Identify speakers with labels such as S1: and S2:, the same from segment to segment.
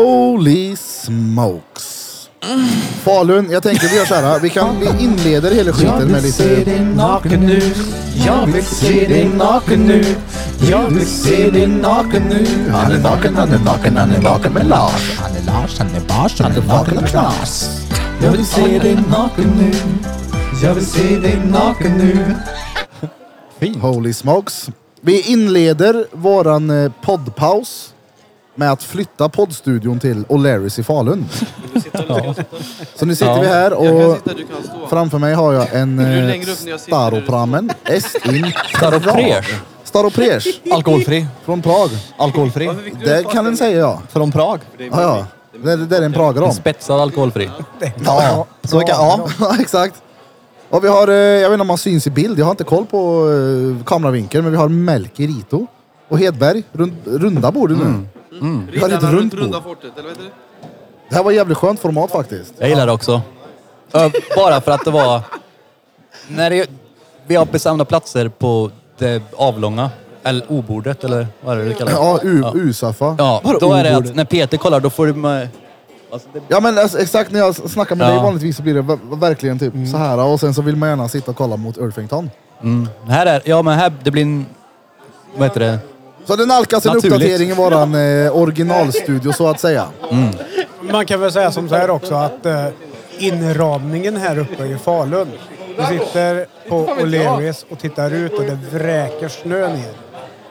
S1: Holy smokes. Falun, jag tänker vi gör så här. Vi, kan, vi inleder hela skiten med lite...
S2: naken nu. Jag vill se dig naken nu. Jag vill se dig naken nu. Han är naken, han är naken, han är naken med Lars. Han är Lars, han är Bars, han är naken med Klas. Jag vill se dig naken nu. Jag vill se dig naken nu.
S1: Holy smokes. Vi inleder våran eh, poddpaus med att flytta poddstudion till O'Larrys i Falun. Så nu sitter vi
S3: Jag
S1: här
S3: kan
S1: och
S3: sitta, du kan stå.
S1: framför mig har jag en
S3: du
S1: eh,
S3: längre upp när jag sitter?
S1: Staropramen. Estin
S4: Staropramen.
S1: Staropramen
S4: Alkoholfri.
S1: från Prag.
S4: Alkoholfri.
S3: Varför fick du en
S1: Det
S3: fast
S1: kan en
S3: en-
S1: säga ja.
S4: Från Prag.
S1: Ja, ja. Det, det är en
S4: En
S1: Pragarom.
S4: spetsad alkoholfri.
S1: Ja,
S4: Så kan- ja.
S1: ja, exakt. Och vi har, eh, jag vet inte om man syns i bild, jag har inte koll på eh, kameravinkeln, men vi har Melker Rito och Hedberg, rund, runda bord nu.
S4: Mm.
S1: Vi har ett
S3: Riddarna
S1: runt
S3: runt
S1: bord.
S3: runda fortet, eller vad heter det?
S1: Det här var jävligt skönt format faktiskt.
S4: Jag gillar det också. Ö, Bara för att det var... När det, vi har bestämda platser på det avlånga. Eller obordet eller vad är det du kallar det?
S1: Ja, U-
S4: Ja.
S1: U-saffa. Ja.
S4: Ja, då är det att när Peter kollar då får du med... Alltså det,
S1: men alltså, exakt när jag s- snackar med
S4: Ja. Mm.
S1: dig vanligtvis så blir det v- verkligen typ så här och sen så vill man gärna sitta och kolla mot Ulfington.
S4: här är... Ja men här, det blir en... Vad heter det?
S1: Så det nalkas en
S4: Naturligt.
S1: uppdatering i våran eh, originalstudio så att säga.
S5: Man kan väl säga som så här också att eh, inramningen här uppe i Falun. Vi sitter på O'Learys och tittar ut och det vräker snö ner.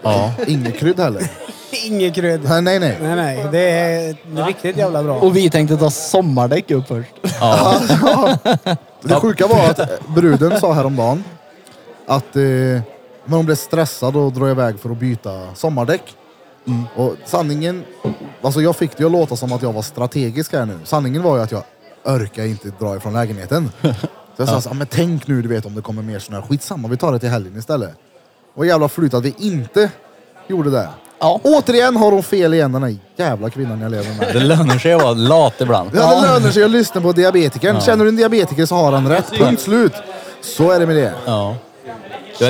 S1: Ja. Inget krydd heller.
S5: Ingen krydd.
S1: Nej, nej, nej.
S5: Nej, nej. Det är riktigt jävla bra.
S6: Och vi tänkte ta sommardäck upp först.
S4: Ja.
S1: Det sjuka var att eh, bruden sa häromdagen att eh, men hon blev stressad och drog iväg för att byta sommardäck. Och sanningen, alltså jag fick det ju att låta som att jag var strategisk här nu. Sanningen var ju att jag orkar inte dra ifrån lägenheten. Så jag sa så, här, "Ah, men tänk nu du vet om det kommer mer snö. Skitsamma, vi tar det till helgen istället. Och jävla flyt att vi inte gjorde det.
S6: Ja.
S1: Återigen har hon fel igen den här jävla kvinnan jag lever med.
S4: Det lönar sig att vara lat ibland.
S1: Ja, det lönar sig att lyssna på diabetikern. Känner du en diabetiker så har han rätt. Punkt slut. Så är det med det.
S4: Ja. Ja,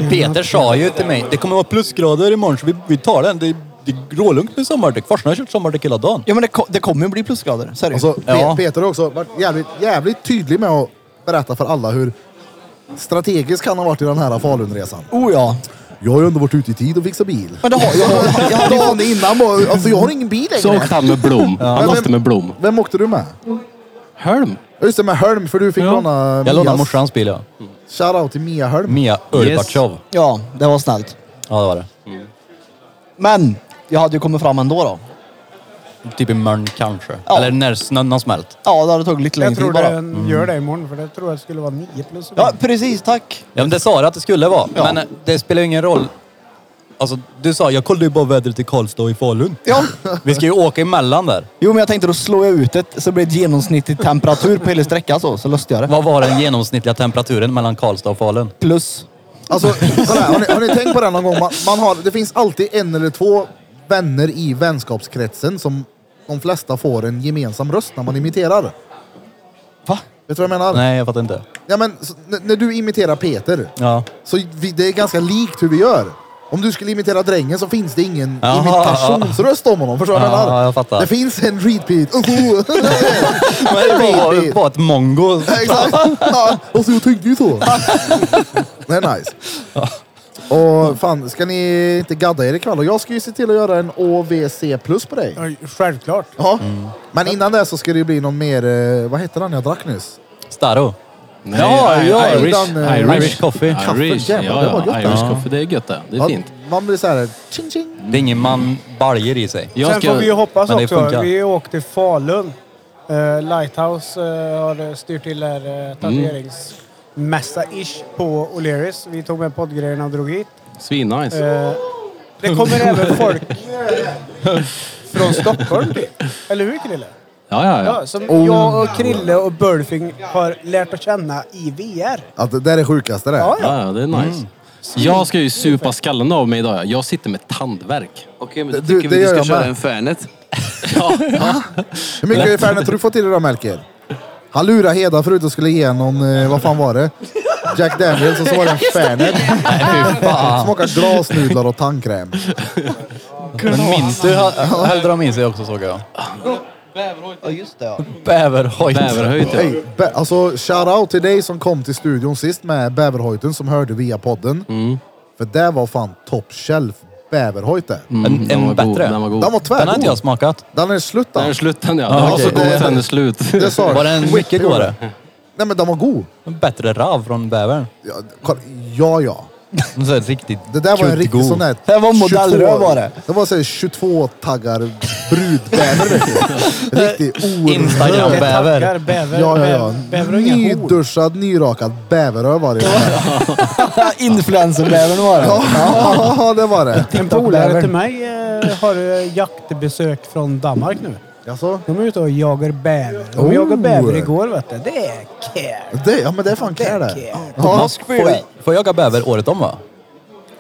S4: men Peter sa ju till mig, det kommer vara plusgrader imorgon så vi, vi tar den. Det, det är grålugnt med sommardäck. Forsarna har kört sommardäck hela dagen.
S6: Ja men det, ko- det kommer ju bli plusgrader. Så är det ju.
S1: Alltså, Pe-
S4: Ja.
S1: Peter har också varit jävligt, jävligt tydlig med att berätta för alla hur strategisk han har varit i den här Falunresan.
S6: Oh ja.
S1: Jag har ju ändå varit ute i tid och fixat bil.
S6: Men det har jag.
S1: Dagen innan bara, alltså jag har ingen bil längre.
S7: Så åkte han med Blom. Han
S1: Men
S7: åkte
S1: vem-
S7: med Blom.
S1: Vem åkte du med?
S7: Hölm.
S1: Ja, Just det, med Hölm, för du fick låna
S4: Jag lånade
S1: Mias-
S4: morsans bil ja.
S1: Shoutout till Mia Hölm.
S4: Mia Urbatjov.
S6: Ja, det var snällt.
S4: Ja det var det.
S6: Men jag hade ju kommit fram ändå då.
S4: Typ imorgon kanske.
S6: Ja.
S4: Eller när snön har smält.
S6: Ja, det hade tagit lite
S5: Jag
S6: längre
S5: tror
S6: tid bara.
S5: den gör det imorgon för det tror jag skulle vara 9 plus.
S6: Ja, precis. Tack.
S4: Ja men det sa du att det skulle vara.
S6: Ja.
S4: Men eh, det spelar ju ingen roll. Alltså du sa, jag kollade ju bara vädret i Karlstad och i Falun.
S6: Ja.
S4: Vi ska ju åka emellan där.
S6: Jo, men jag tänkte då slår jag ut det så blir det genomsnittlig temperatur på hela sträckan så. Så löste jag det.
S4: Vad var den genomsnittliga temperaturen mellan Karlstad och Falun?
S6: Plus.
S1: Alltså, kolla här, har, ni, har ni tänkt på det någon gång? Man, man har, det finns alltid en eller två vänner i vänskapskretsen som de flesta får en gemensam röst när man imiterar. Vet
S6: Va?
S1: du vad jag menar?
S4: Nej jag fattar inte.
S1: Ja, men, så, n- när du imiterar Peter,
S4: Ja.
S1: så vi, det är ganska likt hur vi gör. Om du skulle imitera drängen så finns det ingen
S4: Jaha.
S1: imitationsröst om honom. Förstår du vad
S4: Ja,
S1: jag menar?
S4: jag fattar.
S1: Det finns en repeat.
S4: Men det var, var ett mongo.
S1: Exakt. Ja, alltså jag tänkte ju så. Det är nice. Och fan, ska ni inte gadda er ikväll? Och jag ska ju se till att göra en OVC plus på dig.
S5: Ja, Mm. Självklart.
S1: Ja. Men innan det så ska det ju bli någon mer, eh, vad hette den jag drack nyss?
S4: Starro.
S7: Nej,
S4: Ja,
S7: I-
S4: ja,
S7: Irish.
S1: utan, eh,
S4: Irish coffee.
S7: Irish. Ja,
S1: Kaffe, jävlar, det var
S7: ja.
S1: gott.
S7: Irish coffee. Det är gött det. Det är
S1: Ja,
S7: fint.
S1: Man blir såhär, ching ching.
S4: Det är ingen man baljer i sig.
S7: Jag
S5: Sen
S7: ska...
S5: får vi ju hoppas
S4: Men det
S5: också.
S4: funkar.
S5: Vi åkte till Falun. Eh, Lighthouse eh, har styrt till där uh, tatueringsmässa-ish på O'Learys. Vi tog med poddgrejerna och drog hit.
S7: Svinnice.
S5: Eh, det kommer även folk från Stockholm typ. till. Eller hur Krille?
S7: Ja, ja, ja.
S5: Ja, som
S1: Mm.
S5: jag och Krille och Burfing har lärt att känna i VR.
S1: Att det där är det sjukaste det.
S5: Ja, ja.
S7: Ja, ja, det är nice. Jag ska ju supa skallen av mig idag. ja. Jag sitter med tandvärk.
S3: Okej, men
S1: då
S3: då
S1: Du- tycker
S3: tycker
S1: vi
S3: vi
S1: det
S3: vi
S1: vi gör
S3: ska
S1: ska jag köra
S3: köra
S1: med. en
S3: en Fernet.
S1: Hur mycket Fernet har du fått till dig då Melker? Han lurade Heda förut och skulle ge någon, eh, vad fan var det? Jack Daniels och så var det en Fernet.
S4: Fy fan.
S1: Smakar glasnudlar och tandkräm.
S4: Men minns du, hä- hällde de i sig också såg jag.
S6: Ja, just det ja.
S4: Bäverhojt.
S7: Bäverhöjd. ja.
S1: Hej, be- alltså shout-out till dig som kom till studion sist med bäverhojten som hörde via podden. För det var fan top shelf bäverhojt det.
S4: En,
S7: Den var
S4: en
S7: god.
S4: bättre.
S7: Den var god.
S1: Den var
S4: Mm. Den har inte jag
S1: tvärgod.
S4: smakat.
S1: Den är slut
S7: Den är
S1: den.
S7: slut den ja. Den var
S4: okej.
S7: så god
S1: Det-
S7: sen det slut.
S1: Det sa jag.
S4: Var den mycket
S1: Whippy
S4: godare?
S1: Nej men den var god.
S4: En bättre rav från bävern.
S1: Ja, kolla. ja. ja.
S4: En sån här riktigt
S1: Det där var en riktig
S4: kuddgod.
S1: sån där...
S6: Det var modellröv var det.
S1: Det var såhär 22 taggar brudbäver vet du. Riktig orröv.
S4: Instagram. Bäver.
S5: Tackar, bäver.
S1: Ja, ja, ja.
S5: Bäver har inga horn.
S1: Nyduschad, nyrakad bäveröv var det. Ja,
S6: Influencerbävern var det.
S1: ja, det var det.
S5: En polare till mig eh, har eh, jaktbesök från Danmark nu.
S1: Alltså,
S5: De är ute och jagar bäver. De
S1: Oh.
S5: jagade bäver igår vet du. Det är kär.
S1: det, ja, men det är fan kär det.
S5: Kär.
S1: Ja,
S4: Får, får jag jaga bäver året om va?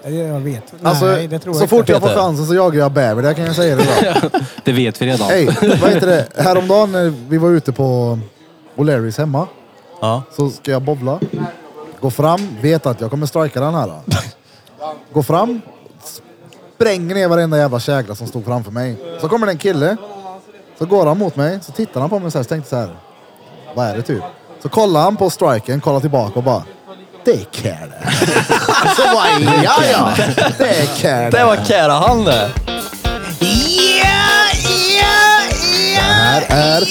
S5: Jag vet. Nej,
S1: alltså,
S5: det tror jag
S1: så
S5: inte.
S1: fort jag får
S4: Peter.
S1: chansen så jagar jag bäver, det kan jag säga det
S7: Det vet vi redan.
S1: Hej, vad heter det? Häromdagen när vi var ute på O'Learys hemma
S4: Ja.
S1: så ska jag bobbla. Gå fram, vet att jag kommer strika den här. Gå fram, spränger ner varenda jävla kägla som stod framför mig. Så kommer det en kille, så går han mot mig, så tittar han på mig så här, så tänkte så här. Vad är det typ? Så kollar han på striken, kollar tillbaka och bara. Det är care det. Så bara, ja ja, det är care
S4: Det var kära han det!
S1: här är...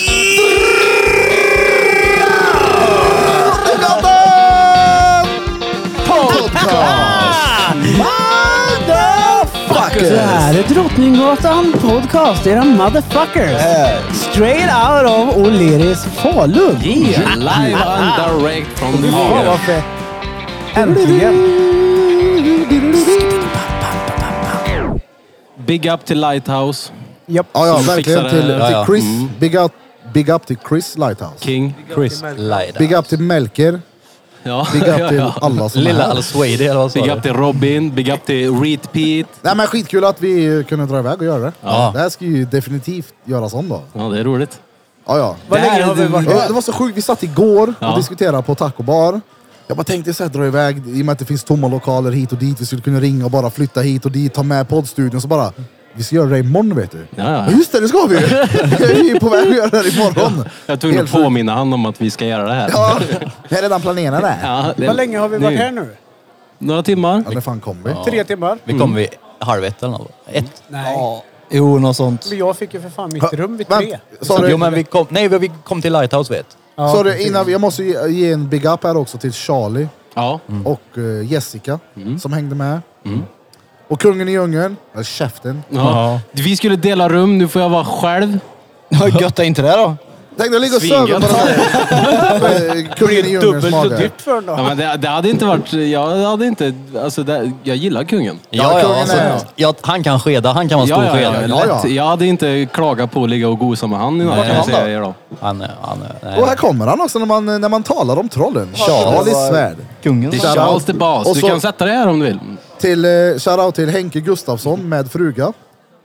S2: Det här är Drottninggatan Podcast, era motherfuckers!
S1: Äh.
S2: Straight out of O'Learys Falun!
S7: Yeah, Live and direct from
S5: Fan
S7: Norge.
S5: vad fett. Äntligen.
S7: Big up till Lighthouse.
S5: Japp.
S1: Ja, ja,
S7: Som
S1: verkligen
S7: fixar
S1: till,
S7: det. Ja, Mm.
S1: till
S4: ja.
S1: Chris. Big, up, big up till Chris Lighthouse.
S7: King.
S4: Chris Lida.
S1: Big up till Melker.
S7: Ja.
S1: Big up
S7: ja,
S1: till
S7: ja.
S1: alla som
S4: Lilla
S1: är här.
S4: Al Swady eller vad sa
S7: Big
S4: du?
S7: up till Robin. Big up till Reed Pete.
S1: Nej, men skitkul att vi eh, kunde dra iväg och göra det.
S4: Ja.
S1: Det här ska ju definitivt göras om då.
S7: Ja, det är roligt.
S1: Ja, ja.
S5: Vad länge har vi varit
S1: Ja, Det var så sjukt, vi satt igår
S7: Ja.
S1: och diskuterade på taco bar. Jag bara tänkte så här, dra iväg, i och med att det finns tomma lokaler hit och dit. Vi skulle kunna ringa och bara flytta hit och dit, ta med poddstudion. Så bara, vi ska göra det imorgon vet du.
S7: Ja, ja.
S1: Ja, just det, det ska vi ju! vi är ju på väg att göra det här imorgon.
S7: Jag tog nog
S1: Helt sjukt.
S7: påminna han om att vi ska göra det här.
S1: Ja, jag har redan planerat det. Ja,
S7: Ja, det-
S5: Vad länge har vi varit här nu?
S7: Några timmar.
S1: när fan kom vi?
S5: Tre timmar?
S4: Vi kom vid halv ett eller något. Ett.
S5: Nej.
S6: Jo, något sånt.
S5: Men jag fick ju för fan mitt rum vid tre.
S1: Vänt, sorry,
S4: Jo men vi kom, nej vi kom till Lighthouse vet.
S5: Ja,
S1: sorry
S5: precis.
S1: innan, vi- jag måste ge, ge en big up här också till Charlie
S7: Ja.
S1: och eh, Jessica som hängde med. Och kungen i djungeln, eller käften.
S7: Ja. Vi skulle dela rum, nu får jag vara själv.
S6: Hur gött är inte det då?
S1: Tänk dig att ligga och
S7: Svingat.
S1: söva på den här eh, kungen i djungelns
S5: Dubbelt så
S1: mage.
S5: dyrt för en
S7: Ja,
S5: dag.
S7: men det, det hade inte varit... Jag hade inte... Alltså, det, jag gillar kungen.
S1: Ja, kungen är-
S4: alltså, ja, han kan skeda, han kan vara stor
S7: Ja, ja,
S4: skedare.
S7: ja,
S1: Ja, ja.
S7: lätt. Jag hade inte klagat på att ligga och gosa med han innan.
S4: Nej.
S7: Kan jag
S4: Han
S7: säga er då.
S4: Han, är- han, är- nej.
S1: Och här kommer han också när man, när man talar om trollen.
S6: det
S1: Charlie
S6: var-
S1: Svärd.
S6: Kungen.
S7: Det är
S1: Shout
S7: Charles
S1: out.
S7: de Bas.
S1: Och
S7: Du
S1: så-
S7: kan sätta dig här om du vill.
S1: Till, eh, shoutout till Henke Gustafsson med fruga.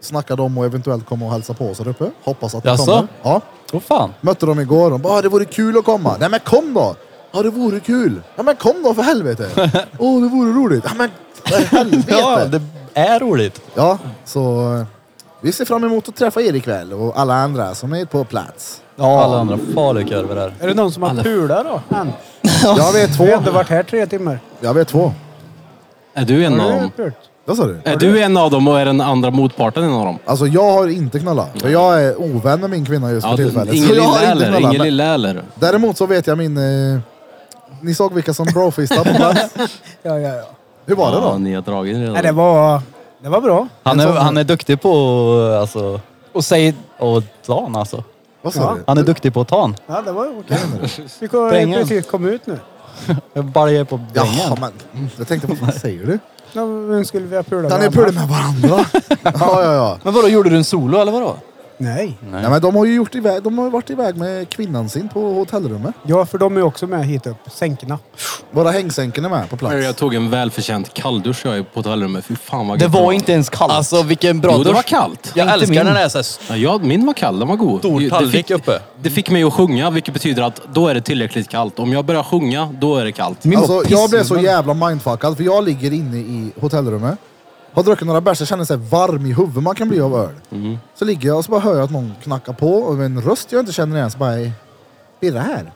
S1: Snackade om att eventuellt komma och hälsa på oss där uppe. Hoppas att de
S4: Jaså?
S1: kommer. Ja.
S4: Åh, fan.
S1: Mötte dem igår. De bara, "Ah, det vore kul att komma. Nej men kom då! Ja det vore kul. Ja men kom då för helvete. Åh det vore roligt. Ja men för
S4: Ja,
S1: helvete.
S4: det är roligt.
S1: Ja, så eh, vi ser fram emot att träffa er ikväll och alla andra som är på plats.
S4: Alla andra falukorvar där.
S5: Är det någon som har pulat då? Än?
S1: Jag vet två.
S5: Vi har ändå varit här tre timmar.
S1: Jag vet två.
S7: Är du en av
S5: Har du
S7: dem?
S5: pulat?
S1: Vad sa du?
S7: Är du en av dem och är den andra motparten en av dem?
S1: Alltså jag har inte knallat. För jag är ovän med min kvinna just för
S7: Ja, du-
S1: tillfället.
S7: ingen
S1: Så jag
S7: lilla
S1: har inte
S7: heller.
S1: knallat.
S7: Ingen
S1: Men
S7: lilla heller.
S1: däremot så vet jag min... Eh, ni såg vilka som brofistade på plats.
S5: Ja, ja, ja.
S1: Hur var det
S7: Ja,
S1: då?
S7: ni har dragit redan.
S5: Nej, det var, det var bra.
S4: Han är,
S1: En sån-
S4: han är duktig på alltså,
S6: Och säger...
S4: att ta han alltså.
S1: Vad sa
S4: Han är duktig på att ta han.
S5: Ja, det var okej. Vi kom,
S4: Drängen.
S5: precis kom ut nu.
S4: Jag bara ger på
S1: du?
S4: dängen.
S1: Jaha, men mm, jag tänkte vad fan säger du?
S5: Ja, men skulle vi ha pulat
S1: Han är
S5: varandra?
S1: pulat med varandra. ja, ja, ja.
S6: Men vadå, gjorde du en solo eller vadå?
S5: Nej.
S1: Nej, men de har ju gjort iväg, de har ju varit iväg med kvinnan sin på hotellrummet.
S5: Ja, för de är också med hit upp. Sänkorna.
S1: Våra hängsänken är med på plats.
S7: Jag tog en välförtjänt kalldusch jag är på hotellrummet. Fy fan vad
S6: Det
S7: gött
S6: var inte ens kallt.
S4: Alltså vilken bra
S7: Jo, det var
S4: dusch.
S7: kallt.
S4: Jag
S6: Inte
S4: älskar
S6: min.
S4: när det är såhär
S7: Ja, ja, min var kall. Den var god.
S4: Stor
S7: Det- det
S4: tallrik
S7: fick-
S4: uppe.
S7: Det fick mig att sjunga, vilket betyder att då är det tillräckligt kallt. Om jag börjar sjunga, då är det kallt.
S6: Min var
S1: Alltså, jag blev så
S6: pissig, men-
S1: jävla mindfuckad för jag ligger inne i hotellrummet. Har druckit några bärs, jag känner så här varm i huvudet man kan bli av öl.
S7: Mm.
S1: Så ligger jag och så bara hör jag att någon knackar på och en röst jag inte känner igen. Så bara, "Hej, Birra här.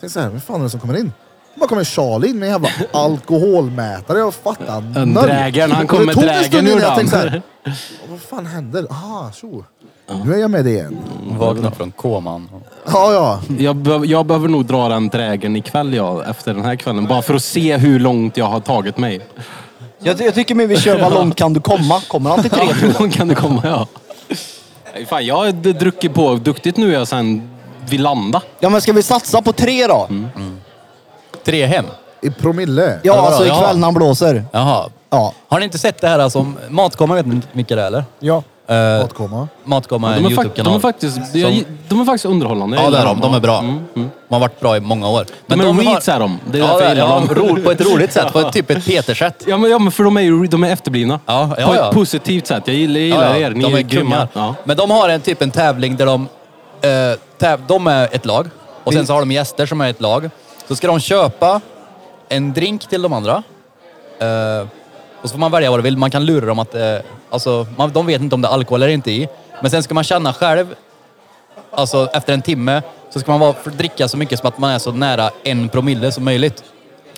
S1: Tänk så här, vem fan är det som kommer in? Då bara kommer Charlie in med en jävla alkoholmätare. Jag fattar
S7: En
S1: noll.
S7: drägen, han
S1: Och
S7: kom
S1: det
S7: med
S1: tog en
S7: drägen
S1: stund
S7: ur
S1: innan Jag
S7: den.
S1: tänkte så här, vad fan händer? Ah, tjo. Nu är jag med det igen.
S7: Mm.
S4: Vaknar Mm, från koman.
S1: Ja, ja.
S7: Jag, be- jag behöver nog dra den drägen ikväll jag, efter den här kvällen. Bara för att se hur långt jag har tagit mig.
S6: Jag, jag tycker mer vi kör vad långt kan du komma? Kommer han till tre?
S7: Ja, hur långt kan det komma? Ja. Nej, Fan, jag har d- druckit på duktigt nu jag sen vi landa.
S6: Ja men ska vi satsa på tre då?
S7: Mm.
S4: Tre hem.
S1: I promille.
S6: Ja
S4: Ja,
S6: alltså
S4: ja.
S6: ikväll när han blåser.
S4: Jaha.
S6: Ja.
S4: Har ni inte sett det här som... Matkomma vet ni vilka det är eller?
S5: Ja.
S4: Eh,
S1: Åtkomma.
S4: Matkomma är
S7: De
S4: en
S7: är, fak- de är
S4: YouTube-kanal.
S7: faktiskt, jag, de är faktiskt underhållande. Jag
S4: Ja, det är
S7: gillar
S4: de. De är bra. De har varit bra i många år.
S7: Men mm. de är reeds är de. Det är
S4: ja,
S7: därför jag gillar
S4: ja,
S7: dem.
S4: ro- På ett roligt sätt. På ett, typ ett Petersätt.
S7: Ja men, ja, men för de är ju de är efterblivna.
S4: Ja, ja,
S7: På
S4: ja.
S7: ett positivt sätt. Jag gillar, jag gillar er. Ni
S4: de
S7: är,
S4: är
S7: grymma.
S4: kungar.
S7: Ja.
S4: Men de har en typ en tävling där de... Eh, täv- de är ett lag och sen så har de gäster som är ett lag. Så ska de köpa en drink till de andra. Eh, och så får man välja vad du vill. Man kan lura dem att... Eh, alltså, man, de vet inte om det är alkohol eller inte i. Men sen ska man känna själv, alltså efter en timme, så ska man vara, dricka så mycket som att man är så nära en promille som möjligt.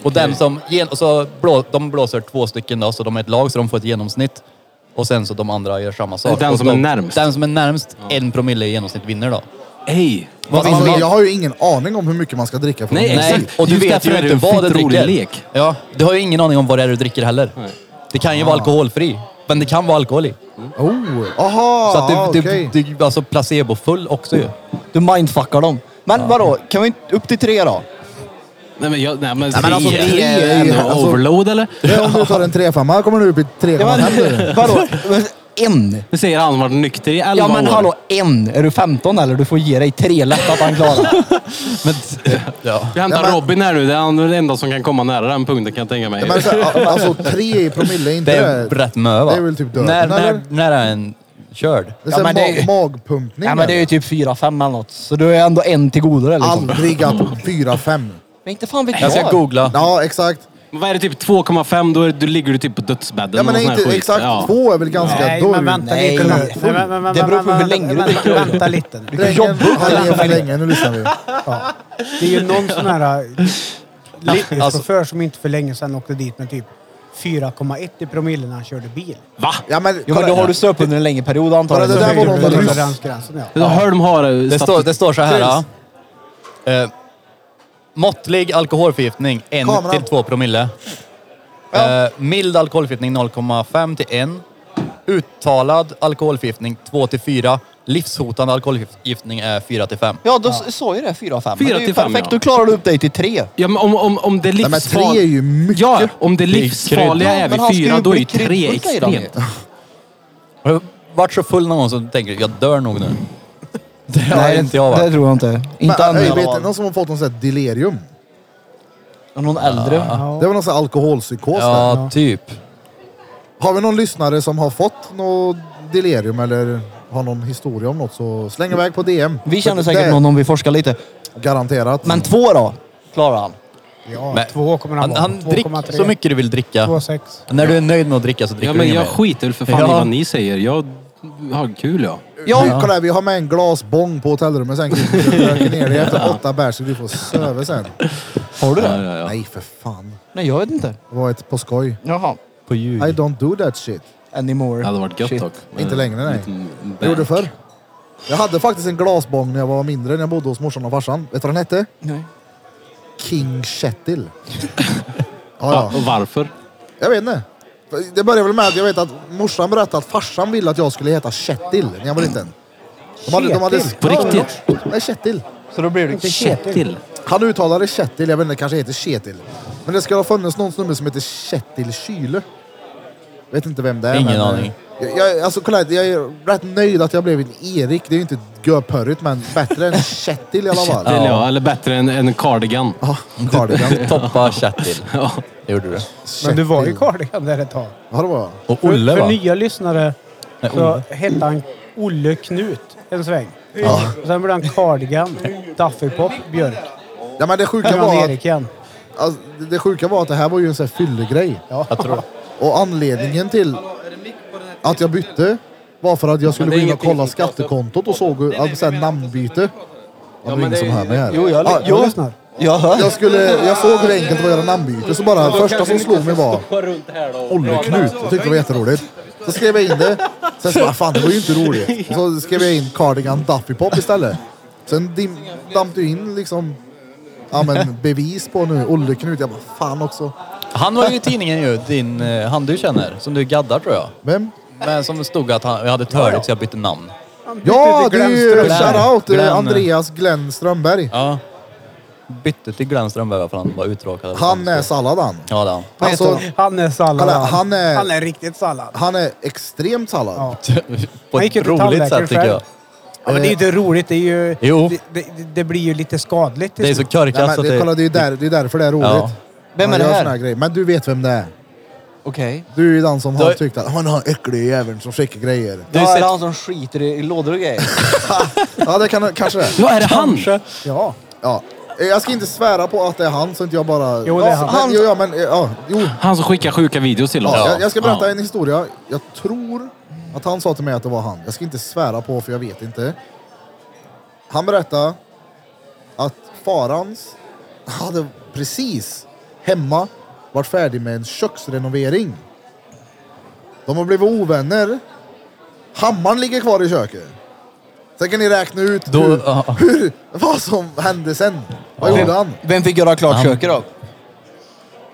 S4: Och den som... Gen, och så blå, de blåser två stycken då, så de är ett lag så de får ett genomsnitt. Och sen så de andra gör samma sak.
S7: Den
S4: Och
S7: som är
S4: de-
S7: närmst.
S4: Den som är närmst en promille i genomsnitt vinner då.
S7: Ey.
S4: Fast
S1: Alltså,
S4: man-
S1: jag har ju ingen aning om hur mycket man ska dricka. På
S7: Nej,
S1: en
S7: exakt.
S1: promille.
S4: Och du
S7: Just
S4: vet
S7: därför
S4: ju
S7: är det
S4: inte
S7: en
S4: vad du
S7: skitrolig
S4: dricker.
S7: lek.
S4: Ja, du har ju ingen aning om vad det är du dricker heller. Det kan ju vara alkoholfri, men det kan vara alkohol i.
S1: Oh, aha,
S4: Så att du,
S1: okej.
S4: du, du, är alltså placebofull också ju.
S6: Du mindfuckar dem. Men vadå, kan vi inte upp till tre då?
S7: Nej men, jag, nej, men,
S1: men alltså,
S7: det
S1: det
S7: är,
S1: är ju-
S7: en
S1: alltså-
S7: overload eller?
S1: Det är om du tar en trefemma kommer du upp i 3,5.
S6: Ja,
S1: eller?
S6: men, vadå? En?
S7: Det säger han som varit nykter i elva
S6: Ja men
S7: år.
S6: hallå en! Är du 15 eller? Du får ge dig tre lätt att han klarar.
S4: Men, ja.
S7: Vi hämtar
S1: Ja, men-
S7: Robin här nu. Det är han den enda som kan komma nära den punkten kan jag tänka mig.
S1: Men så, här, alltså tre i promille, är inte
S4: Det är rätt mö va?
S1: Det är väl typ döden,
S4: när, när,
S1: eller?
S4: när är en körd?
S1: Det är
S6: Ja,
S1: så här
S6: men det är ju-
S1: ma- magpumpning.
S6: Nej men det är ju typ fyra fem eller något. Så du är ändå en till godare
S1: eller?
S6: liksom.
S1: Aldrig att 4-5.
S6: Men inte fan vet
S4: Jag ska googla.
S1: Ja, exakt.
S7: Vad är det typ 2,5 då, är, då ligger du typ på dödsbädden.
S1: Ja, men det
S7: och
S1: är
S7: sån här
S1: inte,
S7: skit.
S1: exakt,
S7: Ja.
S1: två är väl ganska...
S5: Nej,
S1: då är
S5: men
S1: vi-
S5: vänta
S6: Nej,
S5: lite nu.
S6: men-
S5: Nej, men- men- men-
S6: Det beror på hur
S5: vänta-
S6: länge du
S5: vänta-
S6: dricker öl.
S5: Vänta lite nu.
S1: Drängen har legat för länge, nu lyssnar vi.
S5: Det är ju någon sån här eh,
S1: Alltså-
S5: lastbilschaufför som inte för länge sedan åkte dit med typ 4,1 i promille när han körde bil.
S7: Va?
S1: Ja, men,
S6: Jo men då har du söp under en längre period antagligen.
S1: Det där var någon ryss.
S5: Toleransgränsen, ja.
S7: Ja. Hölm har eh,
S4: Det
S7: stat-
S4: står, det står så här. Ja. Eh, måttlig alkoholförgiftning 1
S1: Kameran.
S4: till 2 promille. Eh, mild alkoholförgiftning 0,5 till 1. Uttalad alkoholförgiftning 2 till 4. Livshotande alkoholförgiftning är 4 till 5.
S6: Ja, då sa ju det 4 5.
S7: Fyra
S6: Det är ju
S7: till fem,
S6: perfekt.
S7: ja.
S6: Då klarar du upp dig till tre.
S7: Ja, men om, om, om det
S1: Nej, men tre är
S7: livsfarliga...
S1: ju mycket.
S7: Ja, om det
S4: krydd.
S7: livsfarliga är
S6: Men han ska
S7: vid fyra,
S6: ju
S7: då är
S6: bli
S7: ju tre
S6: kryddfull, säger han ju.
S7: extremt.
S4: Har du varit så full någon gång så du tänker jag dör nog nu? Det har inte jag
S6: det
S4: varit.
S6: tror jag inte.
S1: Men,
S6: Inte ännu.
S1: ej,
S6: i alla
S1: vet du,
S6: fall.
S1: någon som har fått någon sån här delirium.
S6: Någon äldre.
S1: Det var någon sån här alkoholpsykos där.
S4: Ja, typ.
S1: Har vi någon lyssnare som har fått något delirium eller har någon historia om något så släng iväg på DM.
S6: Vi känner
S1: Det-
S6: säkert någon om vi forskar lite.
S1: Garanterat.
S6: Men två då? Klarar han.
S5: Ja,
S4: Men-
S5: två kommer han
S4: Han,
S5: vara.
S4: han drick
S5: 2,3.
S4: så mycket du vill dricka.
S5: 2,6.
S4: När du är nöjd med att dricka så dricker
S7: Ja,
S4: du
S7: men
S4: inget
S7: jag
S4: mer.
S7: skiter väl för fan i
S4: Ja.
S7: vad ni säger. Jag har kul ja.
S1: Ja. Vi, kolla här, vi har med en glasbong på hotellrummet sen. Röker ner det efter åtta bärs så du får söva sen.
S6: Har du det?
S7: Ja, ja, ja.
S1: Nej för fan.
S6: Nej, jag vet inte.
S1: Det var ett på skoj.
S6: Jaha.
S4: På
S1: I
S4: ljud.
S1: don't do that shit.
S6: Anymore.
S7: Det hade varit gött
S6: Shit.
S7: dock.
S1: Inte längre nej.
S7: Liten-
S1: Jag gjorde förr. Jag hade faktiskt en glasbong när jag var mindre, när jag bodde hos morsan och farsan. Vet du vad den hette?
S6: Nej.
S1: King Shettle. ja,
S7: Ja,
S1: ja.
S7: och varför?
S1: Jag vet inte. Det började väl med att jag vet att morsan berättade att farsan ville att jag skulle heta Kjettil när jag var liten. De hade, de hade, Ja,
S7: På riktigt?
S1: ja. Nej, Kjettil.
S6: Så då blir det inte
S7: Kettil.
S1: Han uttalade Kjettil, jag vet inte, det kanske heter Kjetil. Men det ska ha funnits någon snubbe som heter Kjetil Kyle. Vet inte vem det är.
S4: Ingen
S1: men,
S4: aning.
S1: eh, Jag, jag, alltså, kolla, här, jag är rätt nöjd att jag blev en Erik. Det är ju inte görpörrigt, men bättre än Kjettil i alla fall.
S7: Eller ja, eller bättre än en cardigan.
S1: Ja, cardigan.
S4: Toppa Kjetil. Det gjorde du.
S5: Men du var ju
S1: Kjetil.
S5: Cardigan där ett tag.
S1: Ja, det var jag.
S4: Och
S5: För,
S4: Olle
S5: för
S4: va?
S5: nya lyssnare så hette han Olle Knut en sväng. Ja. Sen blev han Cardigan, Daffy Pop, Björk.
S1: Ja, men det
S5: Nu
S1: sjuka
S5: är han
S1: var att
S5: Erik igen.
S1: Alltså, det- det sjuka var att det här var ju en sån här fyllegrej.
S4: Jag tror
S1: Och anledningen till Att jag bytte var för att jag skulle
S7: Men
S1: gå
S7: det är
S1: in och
S7: ingenting
S1: kolla
S7: som pratar-
S1: skattekontot och såg hur- att såhär namnbyte. Ja, det är
S7: men
S1: ingen som
S7: det är-
S1: hör mig här. Ah,
S6: Jo, jag,
S1: Ja,
S6: jo,
S5: Jag lyssnar.
S6: jag hör.
S1: Jag, skulle, jag såg hur enkelt det var att göra namnbyte, så bara första som slog mig var Olleknut. Jag tyckte det var jätteroligt. Så skrev jag in det. Sen så bara, fan det var ju inte roligt. Och så skrev jag in Cardigan Duffy Pop istället. Sen dim, damp du in liksom, ja men bevis på nu, Olleknut. Jag bara, fan också.
S4: Han var ju i tidningen ju, din, eh, han du känner, som du gaddar tror jag.
S1: Vem?
S4: Men som stod att han, jag hade törligt så jag bytte namn.
S1: Ja, det är ju
S4: Glenn.
S1: shoutout eh,
S4: Glenn.
S1: Andreas Glenn Strömberg.
S4: Ja. Bytte till Glenn Strömberg för han var utrakad.
S1: Han är sallad han.
S4: Ja, det är han.
S1: Alltså,
S5: Han är sallad.
S1: Kolla, han är-
S5: han är riktigt sallad.
S1: han är extremt sallad.
S5: Ja.
S4: På
S5: Han
S4: ett
S5: gick ju till
S4: roligt
S5: tandläkaren
S4: sätt tycker jag.
S5: själv. Ja, men det är ju inte roligt. Det, är ju,
S4: Jo.
S5: det, det, det blir ju lite skadligt. till
S4: Det är så
S5: slut.
S1: Nej,
S4: korkat så
S1: men,
S4: att
S1: det, kolla,
S4: det...
S1: det är ju där, det är därför det är roligt.
S4: Ja.
S6: Vem
S1: Man
S6: är det
S1: gör
S6: här?
S1: såna grejer. Men du vet vem det är.
S6: Okej.
S1: Du är ju den som har
S4: Du-
S1: tyckt att han är den äckliga jäveln som skickar grejer.
S4: Du
S6: Du
S4: har
S6: är
S4: sett-
S6: det han som skiter i i lådor och grejer.
S1: Ja, det kan, kanske det är.
S7: Ja, är det han?
S5: Ja.
S1: Ja. Eh, Jag ska inte svära på att det är han så inte jag bara...
S5: Jo, det är
S1: ja,
S5: han.
S1: Men, jo, ja, men, eh, ja, jo.
S7: Han som skickar sjuka videos till oss.
S1: Ja, jag, jag ska berätta
S7: Ja.
S1: en historia. Jag tror att han sa till mig att det var han. Jag ska inte svära på för jag vet inte. Han berättade att farans hade precis hemma varit färdig med en köksrenovering. De har blivit ovänner. Hammaren ligger kvar i köket. Sen kan ni räkna ut
S4: Då-
S1: hur,
S4: ja.
S1: hur, vad som hände sen. Vad gjorde han?
S6: Vem fick göra klart
S4: Han-
S6: köket då?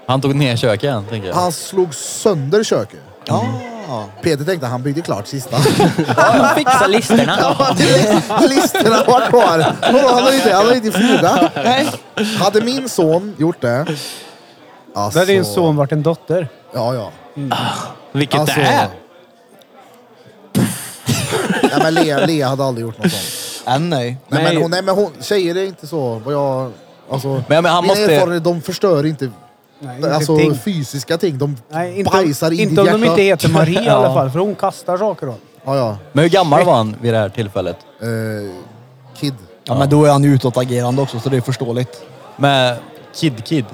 S4: Han tog ner köket igen, tänker jag.
S1: Han slog sönder köket.
S6: Ah.
S1: Peter tänkte att han byggde klart sista.
S4: Han fixade listerna.
S1: Listorna var kvar. Vadå, han har ju inte, han har ju inte frågat. Hade min son gjort det...
S5: Då
S1: Alltså,
S5: hade din son varit en dotter.
S1: Ja, ja. Alltså,
S7: Vilket det är.
S1: Nej, men Lea, Lea hade aldrig gjort något sånt.
S6: Äh, nej.
S1: Nej,
S7: Nej.
S1: Men hon, nej, men hon, tjejer är inte så. Vad jag, alltså,
S4: Men- men han
S1: mina
S4: måste-
S1: erfarenheter, de förstör inte
S5: Nej, inte
S1: alltså,
S5: ting.
S1: fysiska ting. De
S5: Nej, inte,
S1: bajsar in i
S5: inte om
S1: ditt
S5: de
S1: hjärta.
S5: inte heter Maria i
S4: Ja.
S5: alla fall, för hon kastar saker då.
S1: Ja, ja.
S4: Men hur gammal var han vid det här tillfället?
S1: Eh, kid.
S6: Ja, men då är han ju utåtagerande också så det är förståeligt.
S4: Med Kid Kid?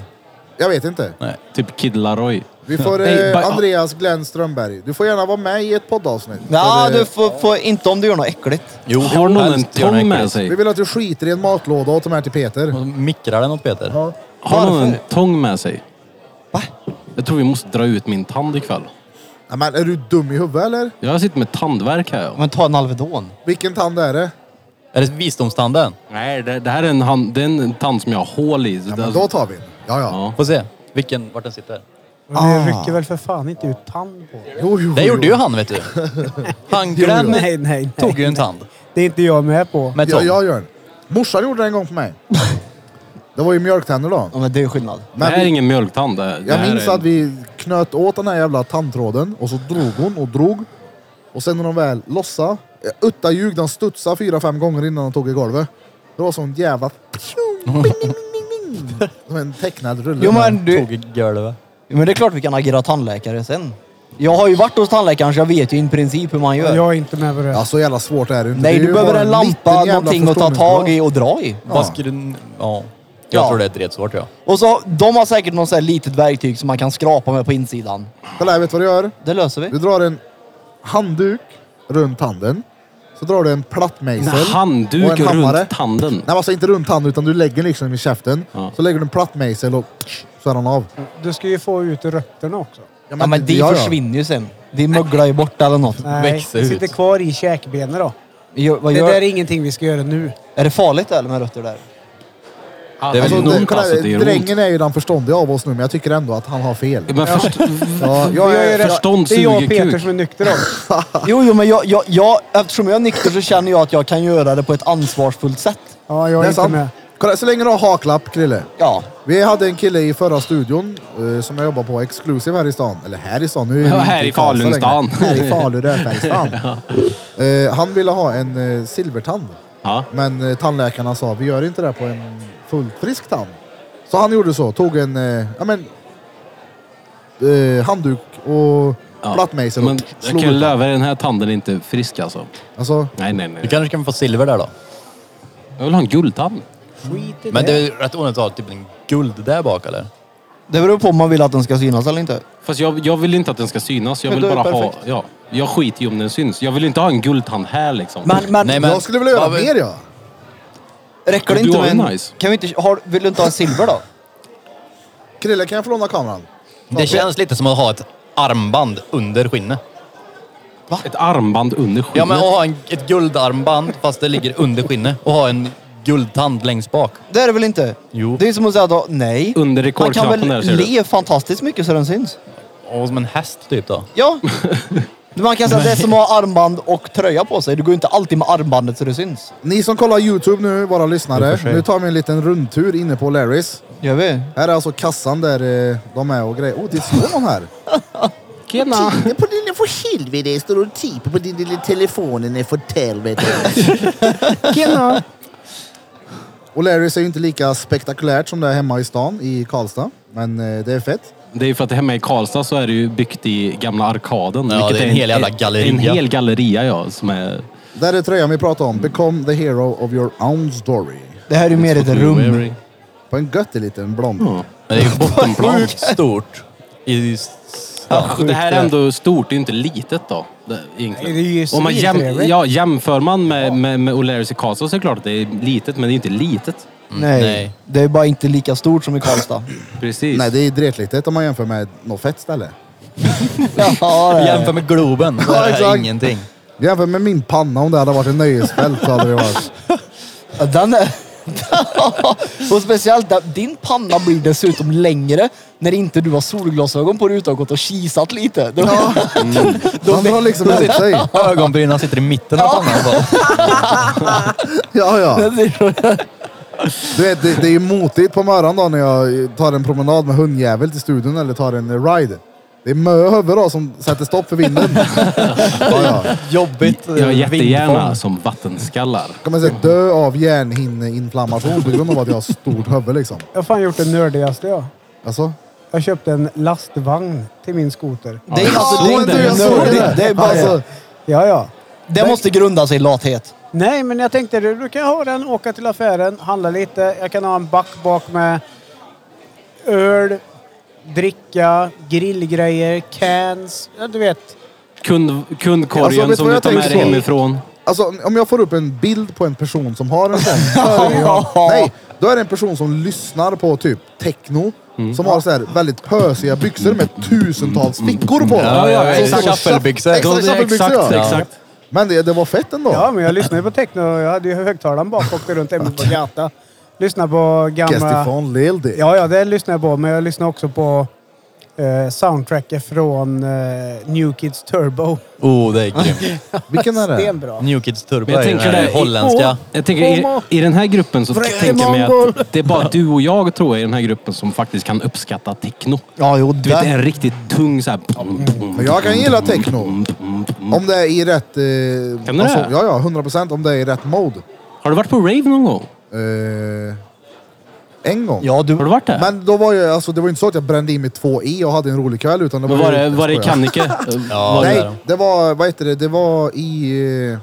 S1: Jag vet inte.
S4: Nej.
S7: Typ Kid Laroi.
S1: Vi får
S7: Nej, bara-
S1: eh, Andreas Glenn Strömberg. Du får gärna vara med i ett poddavsnitt.
S6: Ja,
S1: För, eh,
S6: du får, får inte om du gör något äckligt.
S4: Jo,
S7: Har någon en
S4: helst gör
S7: tång
S4: den
S7: med
S4: äckligt.
S1: Vi
S7: sig?
S1: vill att du skiter i en matlåda och tar med till Peter.
S4: Och Mikrar den åt Peter?
S1: Ja.
S7: Har någon en
S6: Varför?
S7: tång med sig?
S6: Va?
S7: Jag tror vi måste dra ut min tand ikväll.
S1: Ja, men är du dum i huvudet eller?
S7: Jag sitter med tandvärk här. ja.
S6: Men ta en Alvedon.
S1: Vilken tand är det?
S4: Är det visdomstanden?
S7: Nej, det, det här är en, hand, det är en tand som jag har hål i.
S1: Ja, men då tar vi den. Ja, ja.
S7: Ja.
S4: Får se vilken, vart den sitter.
S5: Men det
S1: Ah.
S5: rycker väl för fan inte ut tand på.
S1: Jo, jo,
S4: Det
S1: jo.
S4: gjorde ju han vet du. Han
S1: jo.
S4: Glenn
S5: Nej, nej, nej.
S4: tog ju en tand.
S5: Det är inte jag med på.
S4: Med
S1: Ja,
S4: tång.
S1: jag gör den. Morsan gjorde det en gång för mig. Det var ju mjölktänder då.
S6: Ja, men det är ju skillnad.
S7: Det här är
S1: vi,
S7: ingen mjölktand. Det, det här
S1: jag minns
S7: är en-
S1: att vi knöt åt den här jävla tandtråden och så drog hon och drog. Och sen när de väl lossade, jag utta ljug, den studsade fyra, fem gånger innan den tog i golvet. Det var sån jävla... pjong, bing, bing, bing, bing. Som en tecknad rulle.
S6: Jo, men du,
S4: Tog i golvet.
S6: Men det är klart vi kan agera tandläkare sen. Jag har ju varit hos tandläkaren så jag vet ju i princip hur man gör.
S5: Jag är inte med på det.
S1: Ja, så jävla svårt är det ju inte.
S6: Nej,
S1: Det är
S6: du
S1: ju
S6: behöver
S1: bara liten
S6: en lampa,
S1: jävla
S6: någonting att ta tag i och dra i.
S4: Vad skulle du... Ja. Jag
S6: Ja.
S4: tror det är dretsvårt ja.
S6: Och så, de har säkert något så här litet verktyg som man kan skrapa med på insidan.
S1: Kolla här, vet du vad du gör?
S6: Det löser vi.
S1: Du drar en handduk runt handen. Så drar du en
S7: En
S1: plattmejsel.
S7: handduk
S1: och en hammare.
S7: runt tanden.
S1: Nej, alltså inte runt handen utan du lägger liksom i käften.
S7: Ja.
S1: Så lägger du en plattmejsel och så är han av.
S5: Du ska ju få ut rötterna också.
S6: Ja, men de
S1: ja, ja.
S6: försvinner ju sen. De möglar ju bort eller något.
S5: Nej,
S4: Växer
S5: det sitter
S4: ut.
S5: kvar i käkbenet då.
S6: Gör, vad
S5: Det där är
S6: gör?
S5: ingenting vi ska göra nu.
S6: Är det farligt eller med rötter där?
S7: Det är
S1: Alltså,
S7: väl
S1: det,
S7: ont
S1: kolla,
S7: alltså. Det gör ont.
S1: drängen är ju den förståndiga av oss nu men jag tycker ändå att han har fel.
S7: Men först,
S1: Ja, jag
S5: Vi gör ju
S1: är,
S5: det-
S7: förstånd
S5: det är jag och
S7: suger
S5: Peter
S7: kuk.
S5: som är nykter då.
S6: Jo, jo, men jag, jag, jag, eftersom jag är nykter så känner jag att jag kan göra det på ett ansvarsfullt sätt.
S5: Ja, jag
S1: det är
S5: är inte
S1: sant.
S5: med.
S1: Kolla, så länge du har haklapp Krille.
S6: Ja.
S1: Vi hade en kille i förra studion eh, som jag jobbar på, exklusiv här i stan. Eller här i stan, nu är vi
S7: Ja,
S1: inte
S7: här i
S1: Karlstad längre.
S7: Falunstan.
S1: Här i Falu, Rödbergstan. eh, han ville ha en eh, silvertand.
S7: ja.
S1: Men eh, tandläkarna sa, vi gör inte det här på en fullt frisk tand. Så han gjorde så, tog en eh, ja, men, eh, handduk och
S7: Ja.
S1: plattmejsel
S7: Men
S1: och
S7: jag
S1: slog
S7: kan
S1: ut den.
S7: löva den här tanden är inte frisk alltså.
S1: Alltså,
S7: Nej, nej,
S4: Du
S7: nej.
S4: kanske kan få silver där då.
S7: Jag vill ha en guldtand.
S5: Skit i
S4: Men det är ju rätt onödigt att ha typ en guld där bak eller?
S6: Det beror på om man vill att den ska synas eller inte.
S7: Fast jag, jag vill inte att den ska synas. Jag
S6: Men
S7: vill
S6: då är
S7: bara
S6: det
S7: ha...
S6: perfekt.
S7: Ja, jag skiter ju om den syns. Jag vill inte ha en guldtand här liksom.
S6: Men, men,
S4: Nej, men-
S1: Jag skulle vilja göra
S4: Ja, men-
S1: mer ja.
S6: räcker det
S7: Du
S6: inte
S7: har
S6: med
S7: ju
S6: en...
S7: nice.
S6: Kan vi inte, har, vill du inte ha en silver då?
S1: Krille, kan jag få låna kameran?
S4: Det känns lite som att ha ett armband under skinnet.
S7: Ett armband under skinnet.
S4: Ja, men att ha en, ett guldarmband fast det ligger under skinnet och ha en guldtand längst bak.
S6: Det är det väl inte?
S4: Jo.
S6: Det är som att säga då, nej.
S7: Under
S6: Man kan
S7: rekordknappen
S6: väl
S7: där ser du.
S6: le fantastiskt mycket så den syns.
S4: Och som en häst typ då.
S6: Ja. Man kan säga att det är som att ha armband och tröja på sig. Du går ju inte alltid med armbandet så det syns.
S1: Ni som kollar YouTube nu, våra lyssnare. Nu tar vi en liten rundtur inne på Larrys.
S6: Gör vi?
S7: Mm.
S1: Här är alltså kassan där eh, de är och grejer. Oh, det står någon här.
S7: Tjena!
S3: Titta på din, för helvete, jag står och tittar på din lilla telefon i fortelvet.
S1: Och Larrys är ju inte lika spektakulärt som det är hemma i stan i Karlstad. Men eh, det är fett.
S7: Det är ju för att hemma i Karlstad så är det ju byggt i gamla arkaden.
S4: Ja,
S7: vilket
S4: det är en hel jävla galleria.
S7: En hel galleria ja, som är...
S1: Där är tröjan vi pratar om. Become the hero of your own story.
S6: Det här är ju mer ett rum.
S1: På en götteliten blond.
S4: Men det är ju bottenplan. stort. I, s- ja.
S7: Det här är ändå stort, det är ju inte litet då. Det, egentligen.
S5: Det är ju
S7: Om man jäm,
S5: svintrevligt.
S7: ja, jämför man med, med, med O'Learys i Karlstad så är det klart att det är litet, men det är inte litet.
S6: Nej.
S4: nej.
S6: Det är bara inte lika stort som i Karlstad.
S7: Precis.
S1: Nej, det är dretlitet om man jämför med något fett ställe.
S6: ja, det är.
S4: Jämför med Globen. Det
S1: Ja,
S4: här är
S1: exakt.
S4: ingenting.
S1: Jämför med min panna om det hade varit en nöjesfält så hade det varit...
S6: Ja, Den är... och speciellt där, din panna blir dessutom längre när inte du har solglasögon på dig utan har gått och kisat lite. Då,
S7: Mm.
S1: Han har liksom höjt sig.
S4: Ögonbrynen sitter i mitten av pannan. bara.
S1: Ja, ja. Du vet, det, det är ju motigt på morgonen då när jag tar en promenad med hundjävel till studion eller tar en ride. Det är mö huvud då som sätter stopp för vinden. Ja, ja.
S4: Jobbigt.
S7: Jag är jättegärna
S4: vindfång.
S7: som vattenskallar.
S1: Kommer säga dö av hjärnhinneinflammation på grund av att jag har stort huvud liksom.
S5: Jag har fan gjort det nördigaste jag.
S1: Alltså?
S5: Jag köpte en lastvagn till min skoter.
S6: det, är, alltså, det,
S1: Ja,
S6: är
S1: men
S6: inte
S1: du, jag såg
S6: nördigt.
S1: det.
S6: det, är bara,
S1: Alltså,
S5: Ja, ja.
S6: det måste grunda sig i lathet.
S5: Nej, men jag tänkte du, du kan ha den, åka till affären, handla lite. Jag kan ha en back bak med öl, dricka, grillgrejer, cans. Ja, du vet.
S7: Kund,
S1: Alltså,
S7: kundkorgen
S1: vet du
S7: som
S1: vad
S7: du
S1: jag
S7: tar med
S1: tänker
S7: dig
S1: på?
S7: hemifrån.
S1: Alltså om jag får upp en bild på en person som har en sån. så är det ju- Nej, då är det en person som lyssnar på typ techno. Som har så här väldigt pösiga byxor med tusentals fickor på.
S4: Ja, ja, ja,
S1: Som
S4: exakt.
S1: står och-
S4: Shufflebyxor.
S1: Exakt,
S4: Exakt,
S1: shufflebyxor ja.
S7: exakt.
S1: Men det, det var fett ändå.
S5: Ja, men jag lyssnade ju på techno. Jag hade ju högtalaren bak och åkte runt hemma på gata. Lyssnade på gamla...
S1: Gestifon Lil Dick.
S5: Ja, ja, det lyssnade jag på. Men jag lyssnade också på eh, soundtracket från eh, New Kids Turbo.
S4: Oh, det är grymt.
S1: Vilken är det?
S5: Stenbra.
S4: New Kids Turbo
S7: Men jag
S4: är ju
S7: tänker
S4: den här
S7: det-
S4: holländska.
S7: Jag tänker i, i den här gruppen så tänker jag mig att det är bara du och jag tror jag i den här gruppen som faktiskt kan uppskatta techno.
S6: Ja, jo,
S7: Du vet, det är
S6: det.
S7: en riktigt tung så här...
S1: Men jag kan gilla techno. Om det är i rätt... Eh,
S7: Kan du det?
S1: Ja, ja, 100 procent om det är i rätt mode.
S7: Har du varit på rave någon gång?
S1: Eh, en gång.
S6: Ja, du,
S7: Har du varit där?
S1: Men då var jag, alltså, det var ju inte så att jag brände i mig två i och hade en rolig kväll. Utan det
S7: Men
S1: var,
S7: var
S1: ju-
S7: det, var det i
S1: jag skojar.
S7: Kannike?
S4: Ja,
S7: Var det
S1: Nej,
S7: där?
S1: det var, vad heter det, det var i... eh,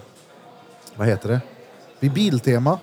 S1: Vad heter det? Vid Biltema.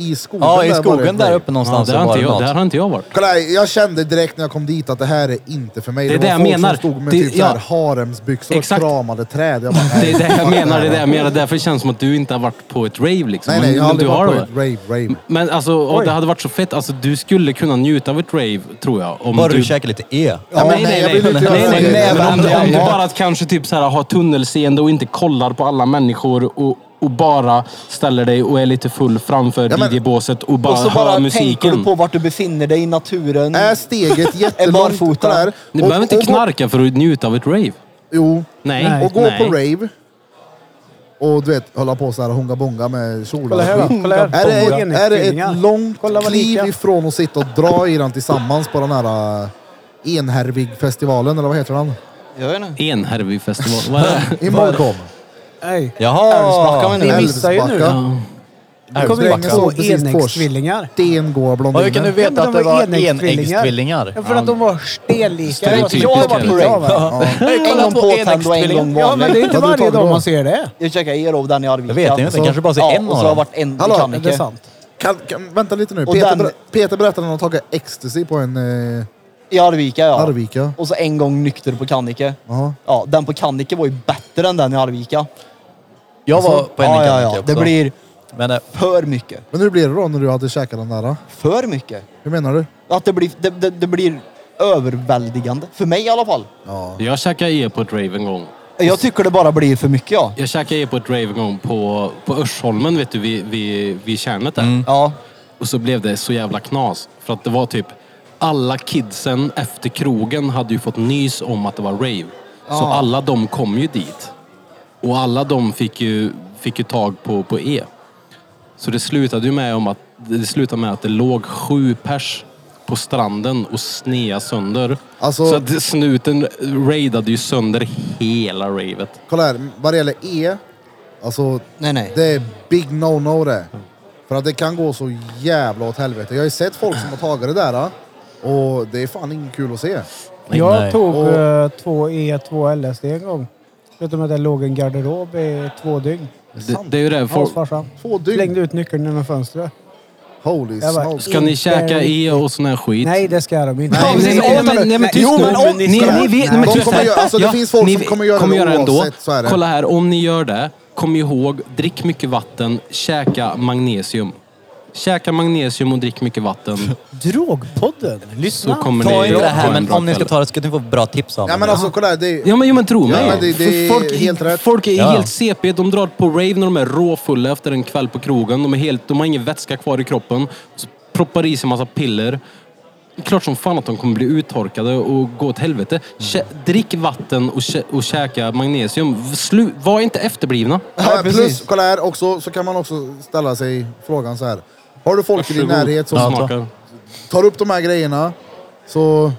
S1: I skogen
S4: Ja, i
S1: där var det
S4: skogen
S1: ett
S4: där
S1: rave.
S4: uppe
S7: Ja,
S4: någonstans.
S7: där,
S4: så
S7: har
S4: var
S7: inte
S4: det
S7: jag, där
S4: något.
S7: har inte jag varit.
S1: Kolla, här, jag kände direkt när jag kom dit att det här är inte för mig.
S7: Det är det
S1: var
S7: jag
S1: folk
S7: menar.
S1: som stod med
S7: Det-
S1: typ så här
S7: ja.
S1: haremsbyxor
S7: Exakt.
S1: och kramade träd. Jag bara,
S7: Det är det jag
S1: fuck
S7: menar,
S1: här.
S7: det är det jag menar. Därför känns det som att du inte har varit på ett rave liksom.
S1: Nej, nej, jag
S7: Men
S1: har aldrig
S7: du
S1: varit på
S7: det.
S1: ett rave, rave.
S7: Men alltså, och
S5: Oj.
S7: det hade varit så fett. Alltså, du skulle kunna njuta av ett rave, tror jag. Om
S4: Bara
S7: du...
S4: du käkar lite E.
S7: Ja,
S1: Ja,
S7: nej,
S1: nej,
S7: nej,
S1: jag
S7: nej.
S1: vill
S7: nej,
S1: inte
S7: nej,
S1: göra det.
S7: Men
S1: Men
S7: om, du-
S1: om
S7: om du
S1: jag-
S7: bara kanske typ så här, har tunnelseende och inte kollar på alla människor och, och bara ställer dig och är lite full framför
S1: Ja, men-
S7: DJ-båset och bara,
S6: och så
S7: hör
S6: bara tänker du
S7: musiken.
S6: på vart du befinner dig i naturen.
S1: Är steget jättelångt?
S6: barfota.
S1: kolla här.
S7: Ni
S1: Och-
S7: behöver inte
S1: och gå-
S7: knarka för att njuta av ett rave.
S1: Jo.
S7: Nej.
S1: Och gå
S7: nej.
S1: på rave. Och du vet, hålla på så här honga bonga med kjolar
S5: Kolla
S1: och
S5: här då.
S1: skit.
S5: Kolla här.
S1: Är det, ett,
S5: Bonga.
S1: är det
S5: Enhetstidningar.
S1: ett långt
S5: Kolla vad
S1: kliv
S5: lika.
S1: ifrån att sitta och dra i den tillsammans på den här äh, enhärvigfestivalen, eller vad heter den?
S6: Jag vet inte.
S7: Enhärvigfestival. Vad är det?
S1: Imorgon.
S5: Nej.
S6: Älvsbacka
S4: Jaha!
S6: menar du?
S5: Ni missar ju nu.
S1: Älvsbacka.
S5: Det kommer
S1: Älvsbacka.
S5: ju två
S1: Såg precis först.
S5: enäggstvillingar.
S1: Stengå
S4: Och hur kan du
S1: blondiner.
S4: veta
S5: Ja, men
S4: att
S5: de
S4: det
S5: var
S4: var
S5: enäggstvillingar.
S4: enäggstvillingar?
S5: Ja, för att de var sterlika. Jag var
S7: Stereotypiska.
S5: så jävla av det.
S6: En gång påtänd och en gång
S5: Ja, men det är
S6: vanlig.
S1: Vad
S5: inte
S1: har du
S5: varje
S1: tagit
S5: dag
S1: då?
S5: man ser det.
S6: Jag käkade Erov den i Arvika.
S4: Jag vet inte, det kanske bara ser
S6: ja,
S4: en
S6: och
S4: av
S6: så har
S4: dem.
S6: varit en i
S1: Hallå,
S5: Ja, Det är
S6: Kannike.
S5: sant.
S1: Kan, kan, vänta lite nu.
S6: Och
S1: Peter,
S6: den-
S1: ber- Peter berättade att han har tagit ecstasy på en eh,
S6: I Arvika ja.
S1: Arvika.
S6: Och så en gång nykter på Kannike.
S1: Jaha.
S6: Ja, den på Kannike var ju bättre än den i Arvika.
S4: Jag var Alltså, på en
S6: ja, Alltså, ja,
S4: likadan
S6: ja.
S4: klubb,
S6: Det
S4: så.
S6: blir
S4: Men eh,
S6: för mycket.
S1: Men hur blir det då när du hade käkat den där? då?
S6: För mycket.
S1: Hur menar du?
S6: Att det blir, det, det, det blir överväldigande. För mig i alla fall.
S1: Ja.
S7: Jag käkade er på ett rave en gång.
S6: Jag tycker det bara blir för mycket ja.
S7: Jag käkade er på ett rave en gång på, på Örsholmen, vet du, vid, vid, vid kärnet där.
S1: Mm.
S6: Ja.
S7: Och så blev det så jävla knas. För att det var typ, alla kidsen efter krogen hade ju fått nys om att det var rave. Så alla de kom ju dit. Och alla de fick ju, fick ju tag på, på E. Så det slutade ju med, om att, det slutade med att det låg sju pers på stranden och snea sönder.
S1: Alltså-
S7: Så att snuten raidade ju sönder hela ravet.
S1: Kolla här, vad det gäller E. Alltså,
S6: Nej, nej.
S1: det är big no-no det. För att det kan gå så jävla åt helvete. Jag har ju sett folk som har tagit det där. då, Och det är fan ingen kul att se.
S5: jag
S4: nej.
S5: tog
S1: Och-
S5: eh, två E, två LSD en gång. Förutom att det låg en garderob i två dygn.
S7: Det, det är ju det.
S5: Hans
S7: Folk,
S5: farsa.
S1: Två dygn.
S5: Slängde ut nyckeln genom fönstret.
S1: Holy
S5: Jag bara-
S1: smokes.
S7: ska ni käka E och sån här skit?
S5: Nej, det ska de inte.
S7: Nej, men-
S5: Åh,
S7: nej, men-
S5: vänta nu.
S7: nej, men tyst
S5: Jo,
S7: nu.
S5: men om
S7: Ni-
S5: ska-
S7: ni vet- nej, men
S5: Nej.
S1: De
S7: tyst
S1: kommer
S7: här.
S1: göra- alltså, det finns folk som kommer göra det oavsett, så är det.
S7: Kolla här, om ni gör det, kom ihåg, drick mycket vatten, käka magnesium. Käka magnesium och drick mycket vatten.
S5: Drogpodden.
S7: Så
S5: Lyssna.
S7: kommer
S4: ta
S7: ni
S4: inte det här,
S7: ha en
S4: men
S7: bra
S4: om ni ska
S7: kväll.
S4: ta det ska ni få bra tips av
S1: Ja
S4: mig.
S1: men alltså kolla här, det är...
S7: Ja men, jo, men tro mig.
S1: men det- det är
S7: För folk,
S1: helt rätt.
S7: folk är
S4: Ja.
S7: helt CP. De drar på rave när de är råfulla efter en kväll på krogen. De, är helt, de har ingen vätska kvar i kroppen. Så proppar i sig en massa piller. Det är Klart som fan att de kommer bli uttorkade och gå åt helvete. Kä- drick vatten och, kä- och käka magnesium. V- Slu, var inte efterblivna.
S1: Ja,
S6: precis.
S1: plus, kolla här också, så kan man också ställa sig frågan så här. Har du folk i din närhet som
S7: Ja, smakar.
S1: tar upp de här grejerna, så...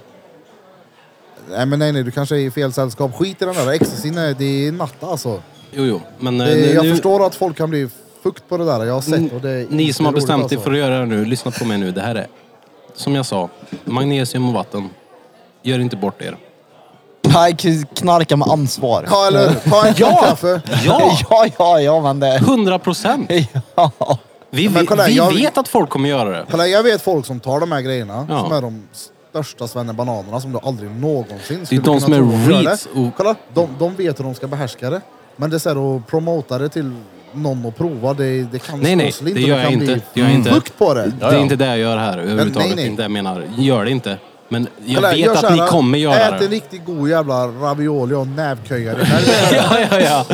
S1: Nej men nej, nej du kanske är i fel sällskap. Skit i den där ecstasyn, nej, det är natta alltså.
S7: Jo, jo. Men eh,
S1: Det,
S7: nu,
S1: jag
S7: nu-
S1: förstår att folk kan bli fukt på det där, jag har sett och det är
S7: ni
S1: inte
S7: som har
S1: roligt,
S7: bestämt er
S1: alltså.
S7: för att göra det här nu, lyssna på mig nu. Det här är, som jag sa, magnesium och vatten. Gör inte bort er.
S6: Nej, k- knarka med ansvar.
S1: Ja eller ta en kopp kaffe.
S7: Ja!
S6: ja, ja, ja men det...
S7: 100 procent!
S6: Ja.
S7: Vi,
S1: men
S7: vi,
S1: kolla,
S7: vi
S1: jag-
S7: vet att folk kommer göra det.
S1: Kolla jag vet folk som tar de här grejerna,
S7: Ja.
S1: som är de största svennebananerna som du aldrig någonsin
S7: Det är de som är
S1: tro att göra
S7: reeds
S1: det.
S7: och-
S1: Kolla, de, de vet hur de ska behärska det. Men det är så här att promota det till någon att prova, det, det kan
S7: Nej, nej,
S1: slås
S7: det
S1: lite,
S7: gör jag
S1: kan
S7: inte.
S1: bli
S7: Det gör jag inte.
S1: fukt på det.
S7: Det är inte det jag gör här överhuvudtaget.
S1: nej, nej.
S7: Det är inte det jag menar. Gör det inte. Men jag
S1: Kolla,
S7: vet
S1: gör så
S7: att
S1: här,
S7: ni kommer göra
S1: Ät en
S7: det.
S1: riktigt god jävla ravioli och nävköja dig själv.
S7: ja, ja, ja.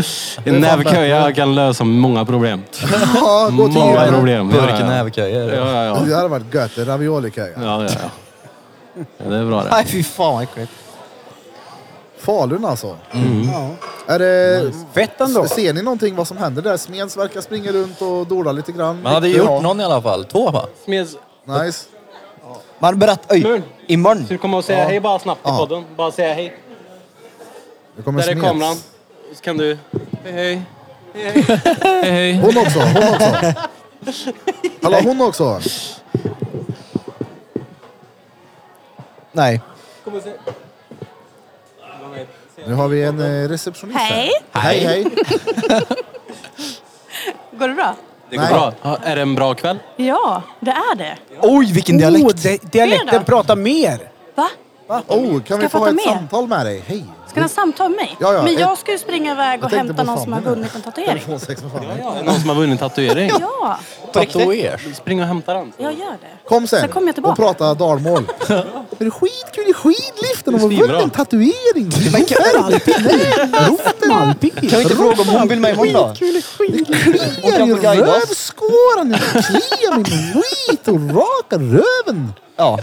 S7: En nävköja kan lösa många problem.
S1: Ja, gå till
S7: Många
S1: Ivar.
S7: problem. Ja,
S4: Burken
S7: ja,
S4: nävköjer.
S7: ja. Ja, ja,
S1: Det hade varit gött, en ravioliköja.
S7: ja. ja, ja. ja det är bra det.
S6: Nej, fy fan vad äckligt.
S1: Falun alltså.
S7: Mm.
S1: Är det,
S5: Fett ändå.
S1: ser ni någonting vad som händer där? Smeds verkar springa runt och dola lite grann.
S4: Man hade
S1: Viktor,
S4: gjort någon i alla fall. Två va?
S7: Smeds,
S1: Nice.
S6: Men berätta... Oj,
S7: Imorgon.
S6: imorgon.
S7: du komma och säga hej bara snabbt i
S1: Ja.
S7: podden? Bara säga hej.
S1: Det kommer
S7: Där är
S1: Smeds.
S7: kameran. Så kan du... Hej, hej. Hej, hej. hej, hej.
S1: Hon också, hon också. Hallå, hon också.
S6: Nej.
S7: Kom och se.
S1: Nu har vi en eh, receptionist här.
S8: Hej.
S1: Hej, hej.
S8: Går det bra?
S7: Det går
S1: Nej.
S7: bra. Ja, Är det en bra kväll?
S8: Ja, det är det.
S6: Oj, vilken dialekt.
S5: Oh, det, dialekten
S8: Fredag.
S5: pratar mer.
S8: Va?
S1: Oh, kan vi
S8: jag
S1: få ha
S8: prata
S1: ett
S8: med?
S1: samtal med dig? Hej.
S8: Ska ni ha samtal med mig?
S1: Ja, ja,
S8: Men
S1: ett-
S8: jag ska ju springa iväg och
S1: tänkte
S8: hämta
S1: på
S8: någon som har
S1: Fanny.
S8: vunnit en tatuering.
S1: Telefon sex med fan.
S7: Är det någon som har vunnit tatuering?
S8: Ja,
S4: Tatuer.
S7: Spring och hämta den.
S8: jag gör det.
S1: Kom sen,
S8: Sen kommer jag tillbaka.
S1: och prata dalmål. är det skitkul i skidliften? De har
S7: Det är svinbra.
S1: vunnit en tatuering.
S5: Malpigg.
S6: Kan vi inte fråga om hon vill med imorgon då? Och
S1: Kliar i
S6: trampa guide oss.
S1: rövskåran. Jag kliar min skit och rakar röven.
S6: Ja.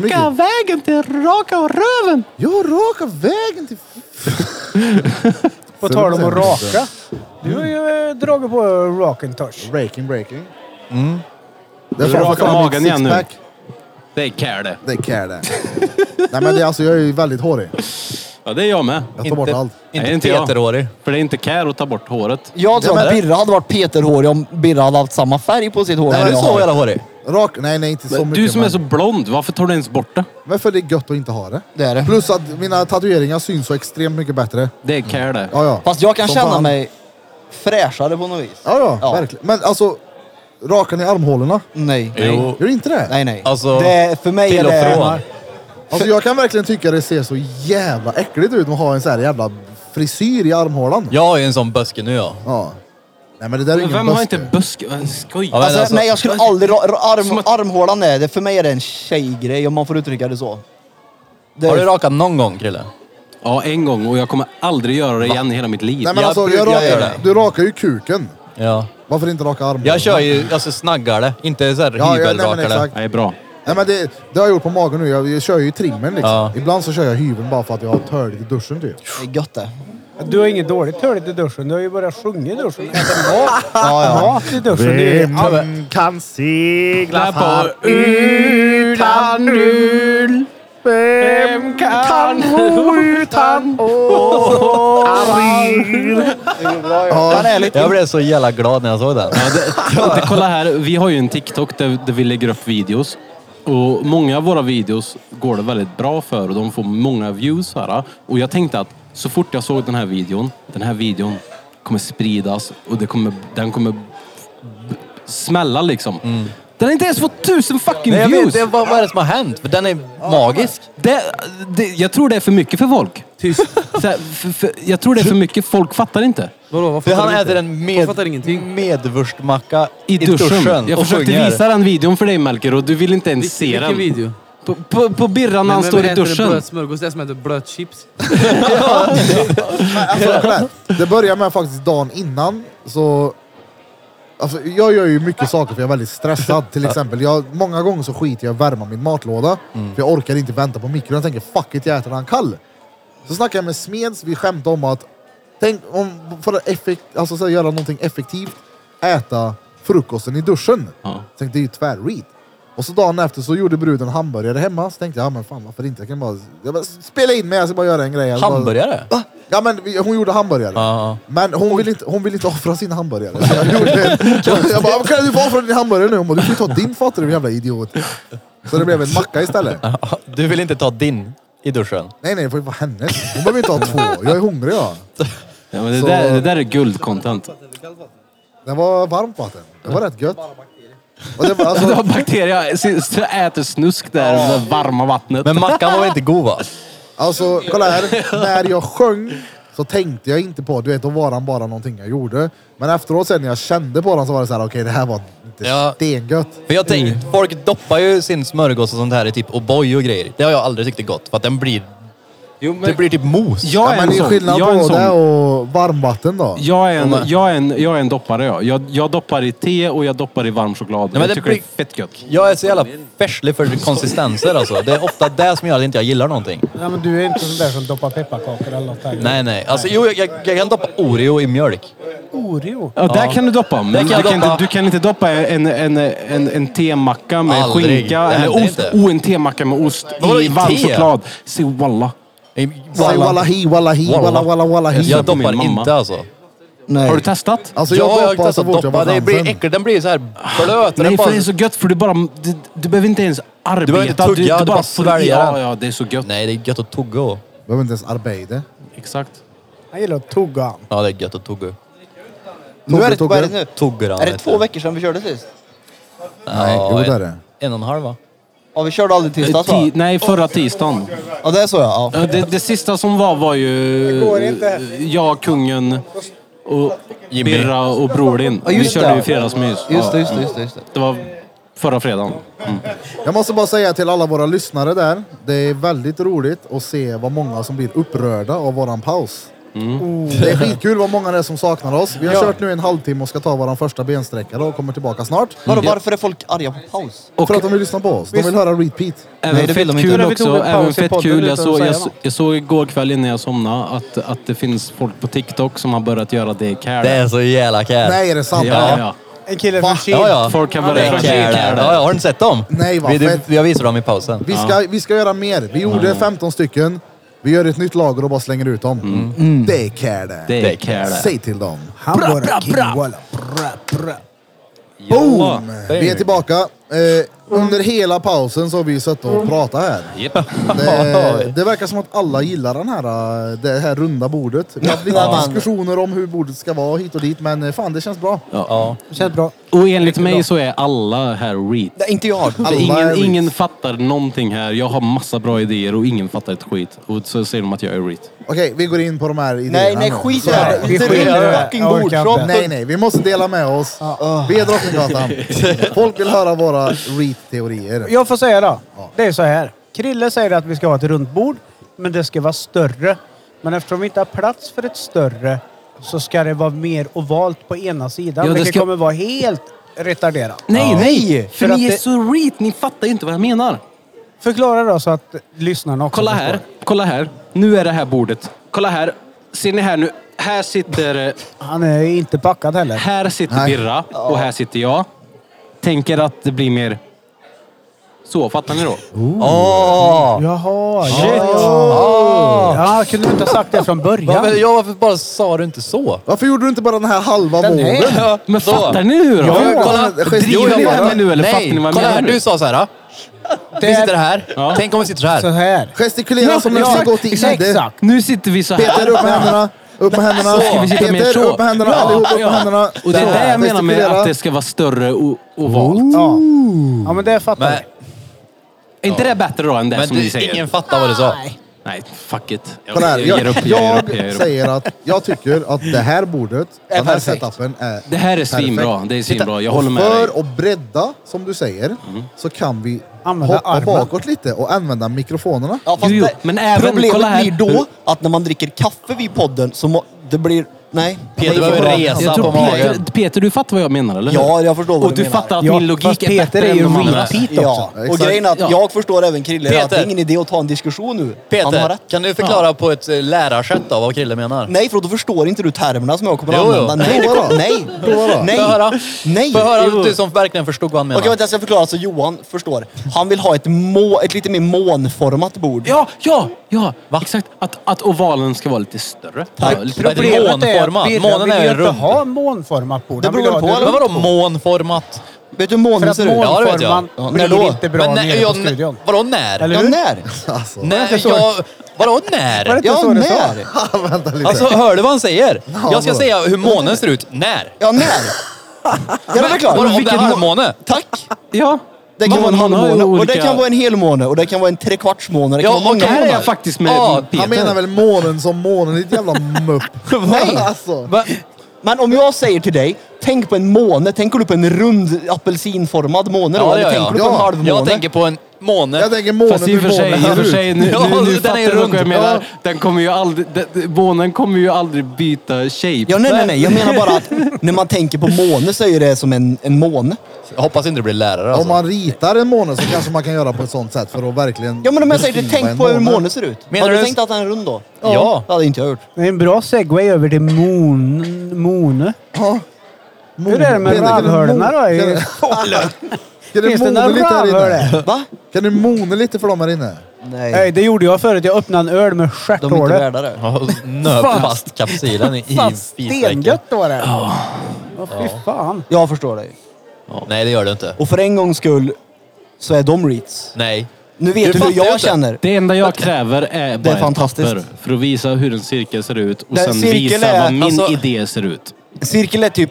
S1: Mycket.
S5: vägen till raka röven.
S1: Jag rakar vägen till...
S5: På tal om att raka. Du har ju eh, dragit på raken touch.
S1: Breaking, breaking.
S7: Du
S1: Det är
S7: rakar magen igen nu.
S1: sixpack.
S7: Det är care det.
S1: Det kan det. Nej men det, alltså, jag är ju väldigt hårig.
S7: Ja, det är jag med.
S1: Jag tar bort allt.
S7: Nej,
S4: Inte
S7: inte jag.
S4: Peter-hårig.
S7: För det är inte care att ta bort håret.
S6: Jag tror
S4: Ja,
S6: att
S4: men-
S6: Birra hade varit Peterhårig om Birra hade haft samma färg på sitt hår
S4: Är
S6: som
S4: du
S6: jag
S4: så
S6: har.
S4: jävla hårig?
S1: Rak, nej nej inte så mycket.
S7: Du som är
S1: men-
S7: så blond, varför tar du ens bort det?
S1: Men för det är gött att inte ha det.
S6: Det är det.
S1: Plus att mina tatueringar syns så extremt mycket bättre.
S7: Det är care det.
S1: Ja, ja.
S6: Fast jag kan
S1: Som
S6: känna
S1: fan.
S6: mig fräschare på något vis.
S1: Ja, ja,
S6: Ja.
S1: verkligen. Men alltså, Rakar ni armhålorna?
S6: Nej.
S4: Jo.
S1: Gör inte det?
S6: Nej, nej.
S4: Alltså,
S6: det, för mig är
S4: till och
S6: det...
S4: från.
S1: Alltså jag kan verkligen tycka det ser så jävla äckligt ut med att ha en så här jävla frisyr i armhålan.
S4: Jag har ju en sån böske nu ja.
S1: Ja. Nej men det där är
S7: Men
S1: ingen
S7: vem har
S1: buske.
S7: inte buske? Skoj.
S4: Ja, men-
S6: Alltså,
S4: alltså-
S6: nej, jag skulle aldrig... ra- ra-
S7: Som
S6: Arm,
S7: att-
S6: armhålan är det. För mig är det en tjejgrej om man får uttrycka det så. Det,
S4: Har du rakat någon gång Krille?
S7: Ja, en gång och jag kommer aldrig göra det igen i hela mitt liv.
S1: Nej men
S4: Jag
S1: alltså,
S4: brukar
S1: jag rakar,
S4: göra det.
S1: du rakar ju kuken.
S4: Ja.
S1: Varför inte raka armhålan?
S4: Jag kör ju alltså, snaggare, inte så här
S1: ja, ja, nej, men
S4: hyvelrakare.
S1: exakt.
S7: Nej, bra.
S1: Nej men det, det har jag gjort på magen nu. Jag, jag kör ju trimmen liksom.
S4: Ja.
S1: Ibland så kör jag hyveln bara för att jag har töligt i duschen typ.
S6: det är gött det.
S5: Du har inget dåligt hörligt i duschen. Du har ju börjat sjunga i duschen. Äta mat. Mat i duschen. Det är ju
S1: kan segla
S5: utan ull. Vem kan bo utan
S6: Den är lite...
S4: Jag blev så jävla glad när jag såg den.
S7: Ja, det, det, kolla här, vi har ju en TikTok där, där vi lägger upp videos. Och många av våra videos går det väldigt bra för och de får många views. så Här. Och jag tänkte att så fort jag såg den här videon, den här videon kommer spridas och det kommer, den kommer b- b- smälla liksom. Den har inte ens fått tusen
S4: Mm.
S7: fucking
S4: Nej, jag vet
S7: views!
S4: inte, vad, vad är det som har hänt? För den är magisk.
S7: Det, det, jag tror det är för mycket för folk. Så här, för, för, jag tror det är för mycket, folk fattar inte.
S9: Vadå, vad
S4: För
S9: fattar
S4: han
S9: du inte?
S4: äter en
S9: Jag fattar
S4: med,
S9: ingenting.
S4: medvurstmacka
S7: I duschen. jag
S4: och
S7: försökte
S4: sjunger.
S7: visa den videon för dig Melker och du vill inte ens
S9: Vil-
S7: se den.
S9: Vilken video?
S7: På, på, på birran när han
S9: Men
S7: står
S9: vad
S7: i
S9: heter det
S7: duschen.
S9: Blöt smörgås, det är som heter blöt chips.
S1: Alltså, kolla här. det börjar med faktiskt dagen innan. Så, alltså, jag gör ju mycket saker för jag är väldigt stressad. Till exempel, jag, många gånger så skiter jag i att värma min matlåda. För jag orkar inte vänta på mikron. Jag tänker fuck it, jag äter den kall. Så snackar jag med Smeds, vi skämtade om att tänk om för att effekt, alltså, så här, göra någonting effektivt, äta frukosten i duschen.
S7: Ja.
S1: Tänkte det är ju tvärreat. Och så dagen efter så gjorde bruden hamburgare hemma. Så tänkte jag, ja men fan varför inte? Jag kan bara, jag bara spela in mig, jag ska bara göra en grej. Jag ska bara-
S4: Hamburgare?
S1: Va? Ja men vi- hon gjorde hamburgare.
S4: Ja.
S1: Men hon vill, inte, hon vill inte offra sin hamburgare. Så jag, gjorde en, jag bara, kan du få offra din hamburgare nu? Hon bara, du får ju ta din fatter du jävla idiot. Så det blev en macka istället.
S4: Ja. Du vill inte ta din i duschen?
S1: Nej nej, det får ju vara hennes. Hon behöver inte ha två. Jag är hungrig jag.
S7: Ja, men det,
S1: Så-
S7: där, det där är guldcontent.
S1: Det var varmt vatten. Det var rätt gött. Och det var,
S7: Du har
S1: alltså,
S7: bakterier, så- så äter snusk där i det varma vattnet.
S4: Men mackan var väl inte god va?
S1: alltså, kolla här. När jag sjöng så tänkte jag inte på, du vet då var han bara någonting jag gjorde. Men efteråt sen när jag kände på den så var det så här, okej det här var inte
S4: Ja.
S1: stengött.
S4: För jag tänkte, folk doppar ju sin smörgås och sånt här i typ O'boy och grejer. Det har jag aldrig tyckt är gott för att den blir,
S7: Jo,
S4: det
S7: men,
S4: blir typ mos.
S7: jag är
S1: men
S7: en
S1: det är
S7: sån.
S1: skillnad
S7: Jag är en
S1: på
S7: sån.
S1: det och varmvatten då.
S7: Jag är, en, jag, är en, jag är en doppare jag. jag. Jag doppar i te och jag doppar i varm choklad.
S4: men
S7: jag
S4: det
S7: tycker
S4: blir-
S7: det är fett gött.
S4: Jag är så jävla färslig för konsistenser alltså. Det är ofta det som gör att inte jag gillar någonting.
S5: Nej, men du är inte sån där som doppar pepparkakor eller något där.
S4: Nej, nej. Alltså jo, jag, jag kan doppa Oreo i mjölk.
S5: Oreo.
S7: Ja, där kan du doppa. Men
S4: Där kan jag
S7: du, kan
S4: doppa.
S7: Inte, du kan inte doppa en, en, en, en temacka med
S4: Aldrig.
S7: skinka
S4: Det
S7: eller
S4: händer
S7: ost.
S4: inte.
S7: Oh, en temacka med ost
S4: Vadå,
S7: i
S4: i te?
S7: varm choklad. Se walla.
S1: Säg wallahi, wallahi, walla walla wallahi.
S4: Jag
S7: Som min
S4: doppar
S7: mamma.
S4: inte alltså.
S6: Nej.
S7: Har du testat?
S1: Alltså
S4: Ja,
S1: jag
S4: jag har
S1: doppade så
S4: testat
S1: fort jag
S4: doppa.
S1: var
S4: Det blir
S1: dansen.
S4: äckligt. Den blir så här blöt. Den
S7: Nej, för
S4: bara-
S7: det är så gött för du bara... Du, du behöver inte ens arbeta.
S4: behöver inte tugga, du bara
S7: får-
S4: sväljer
S7: Ja,
S4: den.
S7: ja, det är så gött.
S4: Nej, det är gött att tugga. och-
S1: Behöver inte ens arbeta.
S7: Exakt.
S5: Han gillar att tugga han.
S4: Ja, det är gött att tugga.
S6: Nu är det,
S1: Tugga,
S6: vad är det
S1: tugga.
S6: nu?
S4: Tuggar han
S6: Är det
S4: inte.
S6: två veckor sedan vi körde sist?
S1: Nej, jo det är det.
S4: En och en halv va?
S6: Ja, vi körde aldrig tisdags va?
S7: Eh, Ti- nej, förra tisdagen.
S6: Ja, det är så ja. ja.
S7: Ja, Det, det sista som var var ju... eh,
S5: Det går inte.
S7: Jag, kungen och
S4: Jimmy.
S7: Birra och Bror din.
S6: Ja, just
S7: Vi körde
S6: det.
S7: ju fredagsmys.
S6: Just det,
S7: Ja.
S6: just det, just det. Just det.
S7: Det var förra fredagen.
S1: Jag måste bara säga till alla våra lyssnare där. Det är väldigt roligt att se vad många som blir upprörda av våran paus.
S7: Mm.
S5: Oh.
S1: Det är skitkul vad många det är som saknar oss. Vi har kört nu en halvtimme och ska ta våran första bensträckare och kommer tillbaka snart.
S7: Mm.
S6: Vadå, varför är folk arga på paus?
S1: För att de vill lyssna på oss. De vill höra repeat.
S6: Nej,
S7: Även
S6: det vill de
S7: fett
S6: inte.
S7: kul
S5: Men vi tog
S7: också.
S5: en
S7: Även
S5: paus i
S7: fett
S5: podden utan
S7: kul. Jag
S5: att
S7: såg,
S5: säga
S7: jag,
S5: något.
S7: jag såg igår kväll innan jag somnade att, att det finns folk på TikTok som har börjat göra det i care.
S4: Det är så jävla kär.
S1: Nej, är det sant?
S7: Ja, ja.
S5: En kille från Kil.
S4: Ja, ja.
S7: Folk kan
S4: Ja,
S7: börja
S4: det är
S7: från
S4: kär.
S7: kikärn.
S4: Ja, ja. Har du inte sett dem?
S1: Nej, vad
S4: vi, du,
S1: fett.
S4: jag visar dem i pausen.
S1: Vi ska, vi ska göra mer. Vi gjorde 15 stycken. Vi gör ett nytt lager och bara slänger ut dem. Det är care det.
S7: Det är care.
S1: Säg till dem.
S5: Han bara kill, walla.
S1: Boom! Vi är tillbaka. Eh, under hela pausen så har vi suttit och pratat här.
S4: Japp.
S1: Det, det verkar som att alla gillar den här, eh, det här runda bordet. Vi har haft lite
S6: Ja.
S1: diskussioner om hur bordet ska vara hit och dit, men eh, fan det känns bra.
S4: Ja.
S5: Det känns bra.
S7: Och enligt mig så är alla här reet.
S6: Nej, inte jag.
S1: Alla är
S7: Alltså, Ingen,
S1: reet.
S7: ingen fattar någonting här. Jag har massa bra idéer och ingen fattar ett skit. Och så säger de att jag är reet.
S1: Okej, vi går in på de här idéerna
S6: Nej, nej,
S1: nu.
S6: skit i
S1: Så
S6: det
S1: här.
S6: här. Inte
S5: skiter i
S6: runt
S5: det.
S6: fucking
S5: Jag orkar
S6: bordsrock.
S5: inte.
S1: Nej, nej, vi måste dela med oss. Vi är Drottninggatan. Folk vill höra våra reet-teorier.
S5: Jag får säga då. Det är så här. Krille säger att vi ska ha ett runt bord, men det ska vara större. Men eftersom vi inte har plats för ett större så ska det vara mer ovalt på ena sidan.
S7: Ja, det
S5: vilket
S7: ska-
S5: kommer vara helt retarderat.
S7: Nej, nej!
S5: För
S7: För
S5: att
S7: ni är
S5: det-
S7: så reet. Ni fattar ju inte vad jag menar.
S5: Förklara då så att lyssnarna också
S7: Kolla
S5: förstår.
S7: här. Kolla här. Nu är det här bordet. Kolla här. Ser ni här nu? Här sitter... eh,
S5: Han är inte packad heller.
S7: Här sitter
S1: Nej.
S7: Birra och här sitter jag. Tänker att det blir mer... Så, fattar ni då?
S4: Åh!
S5: Jaha.
S4: Shit!
S5: Ja,
S4: Ah.
S5: ja, kunde du inte ha sagt det från början?
S4: Varför, ja, varför bara sa du inte så?
S1: Varför gjorde du inte bara den här halva
S5: Den
S1: vågen?
S5: här.
S7: Men
S4: Så.
S7: fattar ni nu då?
S1: Ja,
S4: kolla.
S1: den- gest-
S7: Driver
S1: jo,
S7: ni
S1: jag
S7: med mig
S1: fattar.
S7: nu eller fattar ni
S4: Nej,
S7: vad jag
S4: kolla
S7: menar
S4: här.
S7: nu?
S4: Du sa så här. ah. Vi sitter här.
S7: Ja.
S4: Tänk om vi sitter så här.
S5: Så här.
S1: Gestikulera som när vi
S5: exakt,
S1: gått i ide.
S5: exakt.
S7: Nu sitter vi så här.
S1: Peter, upp med händerna. Upp med händerna.
S7: Ska vi sitta mer
S1: Peter,
S7: så?
S1: upp med händerna.
S7: Ja,
S1: Allihop, upp
S7: ja.
S1: med händerna.
S7: Och det är det jag menar med
S1: Gestikulera.
S7: att det ska vara större och ovalt.
S5: Ja. ja, men det fattar
S4: Men,
S5: jag.
S7: Är inte det bättre då än det
S4: men
S7: som ni
S4: du,
S7: säger?
S4: ingen fattar vad du sa.
S7: Nej, fuck it. Jag,
S1: Kolla här,
S7: jag ger upp, jag ger upp, jag
S1: jag
S7: ger upp.
S1: säger att jag tycker att det här bordet, den här
S6: perfekt.
S1: setupen är
S7: Det här är svinbra.
S1: perfekt.
S7: Det är
S1: Titta,
S7: svinbra. Jag håller
S1: och
S7: med dig. Mm.
S1: För att bredda, som du säger, så kan vi
S5: Använda
S1: hoppa
S5: armen.
S1: bakåt lite och använda mikrofonerna.
S6: Ja, fast
S7: Jo, jo,
S6: det-
S7: men även-
S6: problemet
S7: kolla här.
S6: blir då att när man dricker kaffe vid podden så må, det blir... Nej.
S4: Peter
S6: Det blir
S4: behöver
S6: bra.
S4: resa.
S7: Jag tror
S4: på magen.
S7: Peter, Peter, du fattar vad jag menar, eller hur?
S6: Ja, jag förstår vad
S7: Och
S6: du
S7: du
S6: menar.
S7: fattar att
S5: Ja,
S7: min logik
S5: fast
S7: är
S5: Peter
S7: bättre
S5: är
S7: än
S5: ju
S7: de andra.
S5: repeat också.
S6: Ja, och
S1: Exakt.
S6: grejen är att
S7: Ja.
S6: jag förstår även Krille att det är
S4: Peter.
S6: ingen idé att ta en diskussion nu. Han har
S4: Peter,
S6: rätt.
S4: kan du förklara på ett eh, lärarsätt då vad Krille menar?
S6: Nej, för då förstår inte du termerna som jag kommer
S4: Jo, jo.
S6: använda. Nej, det
S1: Prova
S6: kommer,
S1: då.
S6: nej,
S1: Prova då.
S6: nej,
S4: Får jag höra?
S6: nej.
S4: Får jag höra
S6: Jo.
S4: du som verkligen förstod vad han
S6: Okej,
S4: menar?
S6: vänta, jag ska förklara så Johan förstår. Han vill ha ett, må, ett lite mer månformat bord.
S7: Ja, ja, ja. Exakt. Att, att ovalen ska vara lite större.
S6: Tack.
S7: Ja, lite
S4: Problem.
S5: Problemet
S7: bättre.
S5: är att
S4: Månformat.
S5: Birra
S4: Månen är
S5: vill ju
S4: ju
S5: inte
S4: rund.
S5: ha månformat bord.
S6: Det
S5: Han vill
S6: beror
S5: ha
S6: på
S5: det
S4: Men vadå månformat?
S6: Vet du hur
S5: För
S6: månen
S5: att
S6: ser ut?
S4: Ja, det vet jag.
S5: månforman
S6: Ja, när
S5: blir
S6: då?
S5: inte bra
S4: nej,
S5: nere på
S4: jag-
S5: studion.
S4: Vadå när?
S5: Eller
S6: Ja,
S5: hur?
S6: när?
S1: Alltså,
S4: Nej, jag, vadå när?
S5: inte
S6: Ja,
S5: så det sa?
S6: när?
S1: vänta lite.
S4: Alltså hör du vad han säger? Jag ska
S1: vadå?
S4: säga hur månen ser ut. När?
S6: Ja, när? Ja, det är klart.
S4: Vadå, om det är
S6: Vilken må-
S4: halvmåne?
S6: Tack!
S7: Ja.
S6: Det kan
S7: Man-
S6: vara en
S7: man har ju
S6: halvmåne, och det
S7: olika-
S6: kan vara en helmåne, och det kan vara en trekvartsmåne, det kan
S4: Ja,
S6: vara många
S4: okej.
S7: Här är
S6: månar.
S7: jag faktiskt med
S4: Ja,
S7: Peter.
S1: Han menar väl månen som månen, ditt jävla mupp.
S6: Nej.
S1: Alltså.
S4: Va?
S6: Men om jag säger till dig, tänk på en måne, tänker du på en rund apelsinformad måne då?
S4: Ja,
S6: eller
S4: ja,
S6: tänker
S4: ja.
S6: du på en
S1: Ja,
S6: halvmåne?
S4: Jag tänker på en
S1: Jag
S4: måne.
S1: tänker månen
S7: Fast i och för
S1: hur
S7: sig,
S1: månen
S7: i och för
S1: ser
S7: sig
S1: ut.
S7: nu,
S4: Ja,
S7: nu, nu
S4: den
S7: fattar
S4: är
S7: jag
S4: rund.
S7: vad jag menar.
S4: Ja.
S7: Den kommer ju aldrig, den- den- månen kommer ju aldrig byta shape.
S6: Ja, nej, nej, nej. Jag menar bara att när man tänker på måne så är ju det som en, en måne.
S4: Jag hoppas inte du blir lärare
S1: Om
S4: alltså.
S1: man ritar en måne så kanske man kan göra på ett sånt sätt för att verkligen...
S6: Ja, men om jag säger till dig,
S1: beskriva
S6: tänk på hur en måne ser ut.
S4: Menar
S6: Har du
S4: du-
S6: tänkt att den är rund då?
S4: Ja.
S6: Det hade inte jag gjort.
S5: Det är en bra segway över till mon, Mone.
S1: Måne.
S5: Hur är det med
S1: Peter, kan du
S5: rövhörlorna
S1: mo-
S5: då?
S1: kan
S5: i-
S1: du- Kan du
S5: Finns det
S1: mona
S5: några
S1: lite här inne?
S5: rövhål?
S6: Va?
S1: Kan du mona lite för dem här inne?
S6: Nej.
S5: Nej, det gjorde jag förut. Jag öppnade en öl med
S6: de är inte
S5: stjärthålet.
S6: värda det.
S4: Ja, Nöp
S5: Fan.
S4: fast kapsylen i
S5: Fan,
S4: fiskbänken.
S5: stengött var det. Ja, fy fan.
S6: Jag förstår dig.
S4: Nej, det gör du inte.
S6: Och för en gångs skull så är de reeds.
S4: Nej.
S6: Nu vet du,
S4: fattar
S6: hur
S4: ju
S6: jag
S4: inte.
S6: känner.
S7: Det enda jag kräver är bara ett
S6: fantastiskt.
S7: papper för att visa hur en cirkel ser ut och
S6: Den
S7: sen
S6: cirkeln
S7: visa
S6: är-
S7: vad min
S6: alltså-
S7: idé ser ut.
S6: Cirkel är typ...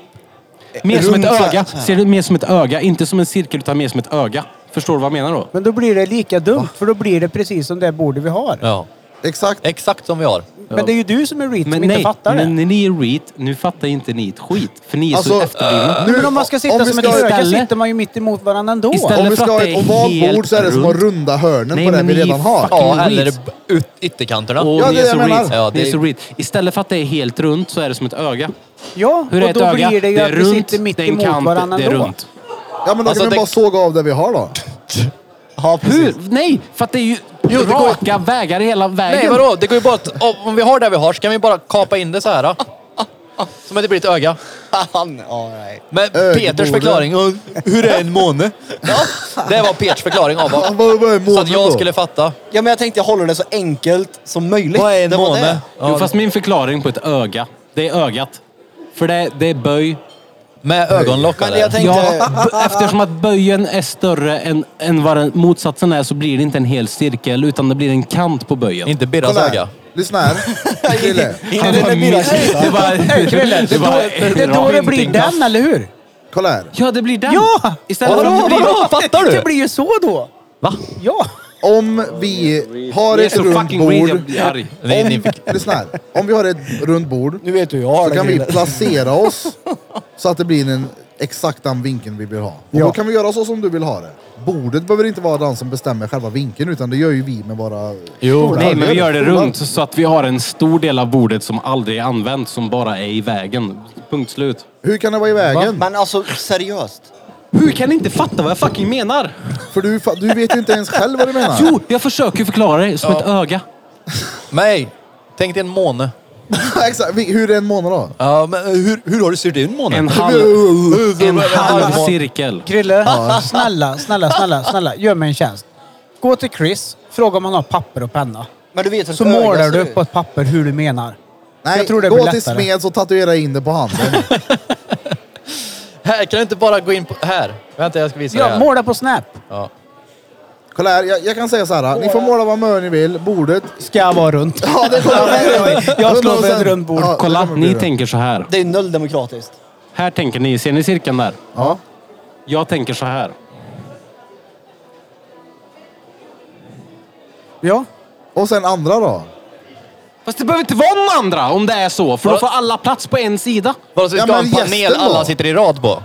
S7: Mer som ett
S6: Runt så här-
S7: öga.
S6: så här.
S7: Ser du mer som ett öga? Inte som en cirkel utan mer som ett öga. Förstår du vad jag menar då?
S5: Men då blir det lika dumt, för då blir det precis som det bordet vi har.
S4: Ja.
S1: Exakt.
S4: Exakt som vi har.
S5: Men det är ju du som är reet som
S7: Men
S5: inte
S7: nej,
S5: fattar det.
S7: men när ni är reet, nu fattar inte ni ett skit. För ni är så
S1: Alltså,
S7: efterblivna.
S1: nu-
S5: Men om man ska sitta
S1: om vi
S5: som ett
S1: ska-
S5: öga
S7: istället-
S5: sitter man ju mitt emot varandra ändå.
S7: Istället-
S1: Om vi ska ha
S7: Eller för
S1: ett
S7: att det är
S1: ovalt bord så är det som att
S7: helt
S1: runda hörnen
S7: Nej,
S1: på det
S7: men
S1: vi
S7: ni är
S1: redan har.
S7: fucking-
S4: Ja,
S7: reeds.
S4: eller b- ut ytterkanterna.
S7: Och
S1: Ja,
S7: ni
S1: det
S7: är
S1: är det
S7: så
S1: jag menar.
S7: reet.
S4: Ja,
S7: Ni är
S4: det-
S7: så reet. Istället för att det är helt runt så är det som ett öga.
S5: Ja,
S7: Hur är
S5: och
S7: ett
S5: då
S7: öga?
S5: blir det ju
S7: det
S5: att
S7: är
S5: vi
S7: runt,
S5: sitter mitt
S7: det är en
S5: emot
S7: kant,
S5: varandra
S7: det är
S5: ändå.
S7: runt.
S1: Ja, men då
S4: Alltså,
S1: kan vi
S4: det-
S1: bara såga av det vi har då.
S6: Ja, precis.
S7: Hur? Nej! För att det är ju
S4: det går-
S7: raka vägar hela vägen.
S4: Nej, vadå? Det går ju bara att, om- om vi har det vi har så kan vi bara kapa in det så här. Som att det blir ett öga.
S6: Fan, ja, nej.
S4: Men Peters förklaring, och hur är en måne? Det var Peters förklaring av
S1: Ja, vad- vad är
S7: Alltså,
S4: Så
S1: månen
S4: att jag
S1: då?
S4: skulle fatta.
S6: Ja, men jag tänkte jag håller det så enkelt som möjligt.
S4: Vad är en
S6: Det var det.
S4: måne?
S7: Jo, fast min förklaring på ett öga, det är ögat. För det, det är böj.
S4: Med ögonlock
S10: Men jag
S4: eller?
S10: tänkte...
S7: Ja, b- eftersom att böjen är större än, än vad den, motsatsen är så blir det inte en hel cirkel utan det blir en kant på böjen.
S4: Inte Birras
S1: Kolla
S4: öga.
S1: här. Lyssna här. Krille.
S10: Hinner du med mina kyssar?
S7: Det var,
S5: Krille, det
S7: det var
S5: är då det blir den, eller hur?
S1: Kolla här.
S7: Ja, det blir den.
S5: Ja!
S7: Istället för
S5: Vadå,
S7: att det blir...
S5: vadå?
S4: Fattar du?
S5: Det blir ju så då.
S4: Va?
S5: Ja.
S1: Om vi har
S7: Det är
S1: ett
S7: så
S1: runt
S7: fucking weird, jag
S1: bord.
S7: blir arg.
S4: Ni, ni fick...
S1: Lyssna här. Om vi har ett runt bord
S6: Nu vet du jag har
S1: så
S6: den
S1: kan vi
S6: killen.
S1: placera oss så att det blir den exakt den vinkeln vi vill ha. Och
S5: Ja.
S1: Då kan vi göra så som du vill ha det. Bordet behöver inte vara den som bestämmer själva vinkeln utan det gör ju vi med våra...
S7: Jo, nej, men vi gör det
S1: Stolar.
S7: runt så att vi har en stor del av bordet som aldrig är använt, som bara är i vägen. Punkt slut.
S1: Hur kan det vara i vägen?
S10: Men alltså seriöst.
S7: Hur kan ni inte fatta vad jag fucking menar?
S1: För du, fa- du vet ju inte ens själv vad du menar.
S7: Jo, jag försöker förklara det som ett öga.
S4: Nej! Tänk dig en måne.
S1: Exakt. Vi- Hur är en månad då?
S4: Ja, men hur, hur har du styrt in månen?
S7: En halv, en halv cirkel.
S5: Krille, snälla, snälla, snälla, snälla, gör mig en tjänst. Gå till Chris, fråga om han har papper och penna.
S10: Men du vet hur
S5: Så
S10: ett öga
S5: målar
S10: ser
S5: du
S10: ut.
S5: på ett papper hur du menar.
S1: Nej,
S5: Jag tror det
S1: gå
S5: blir
S1: till
S5: lättare.
S1: smed så tatuera in det på handen.
S4: Här, kan du inte bara gå in på... Här! Vänta, jag ska visa dig
S5: Ja,
S4: här.
S5: måla på Snap.
S4: Ja.
S1: Kolla här, jag, jag kan säga så här. Ni får måla vad mör ni vill. Bordet...
S5: Ska vara runt.
S1: Ja, det kommer bli runt.
S5: Jag slår för ett
S1: 100%.
S5: runt bord.
S1: Ja, det
S7: Kolla,
S1: kommer bli
S7: ni
S1: runt.
S7: tänker så här.
S6: Det är noll demokratiskt.
S7: Här tänker ni, ser ni cirkeln där?
S1: Ja.
S7: Jag tänker så här.
S5: Ja.
S1: Och sen andra då?
S7: Fast det behöver inte vara någon andra om det är så, för då får alla plats på en sida.
S4: Vadå, så vi
S1: Ja,
S4: ska ha
S1: men
S4: en
S1: gästen
S4: panel
S1: då?
S4: alla sitter i rad på?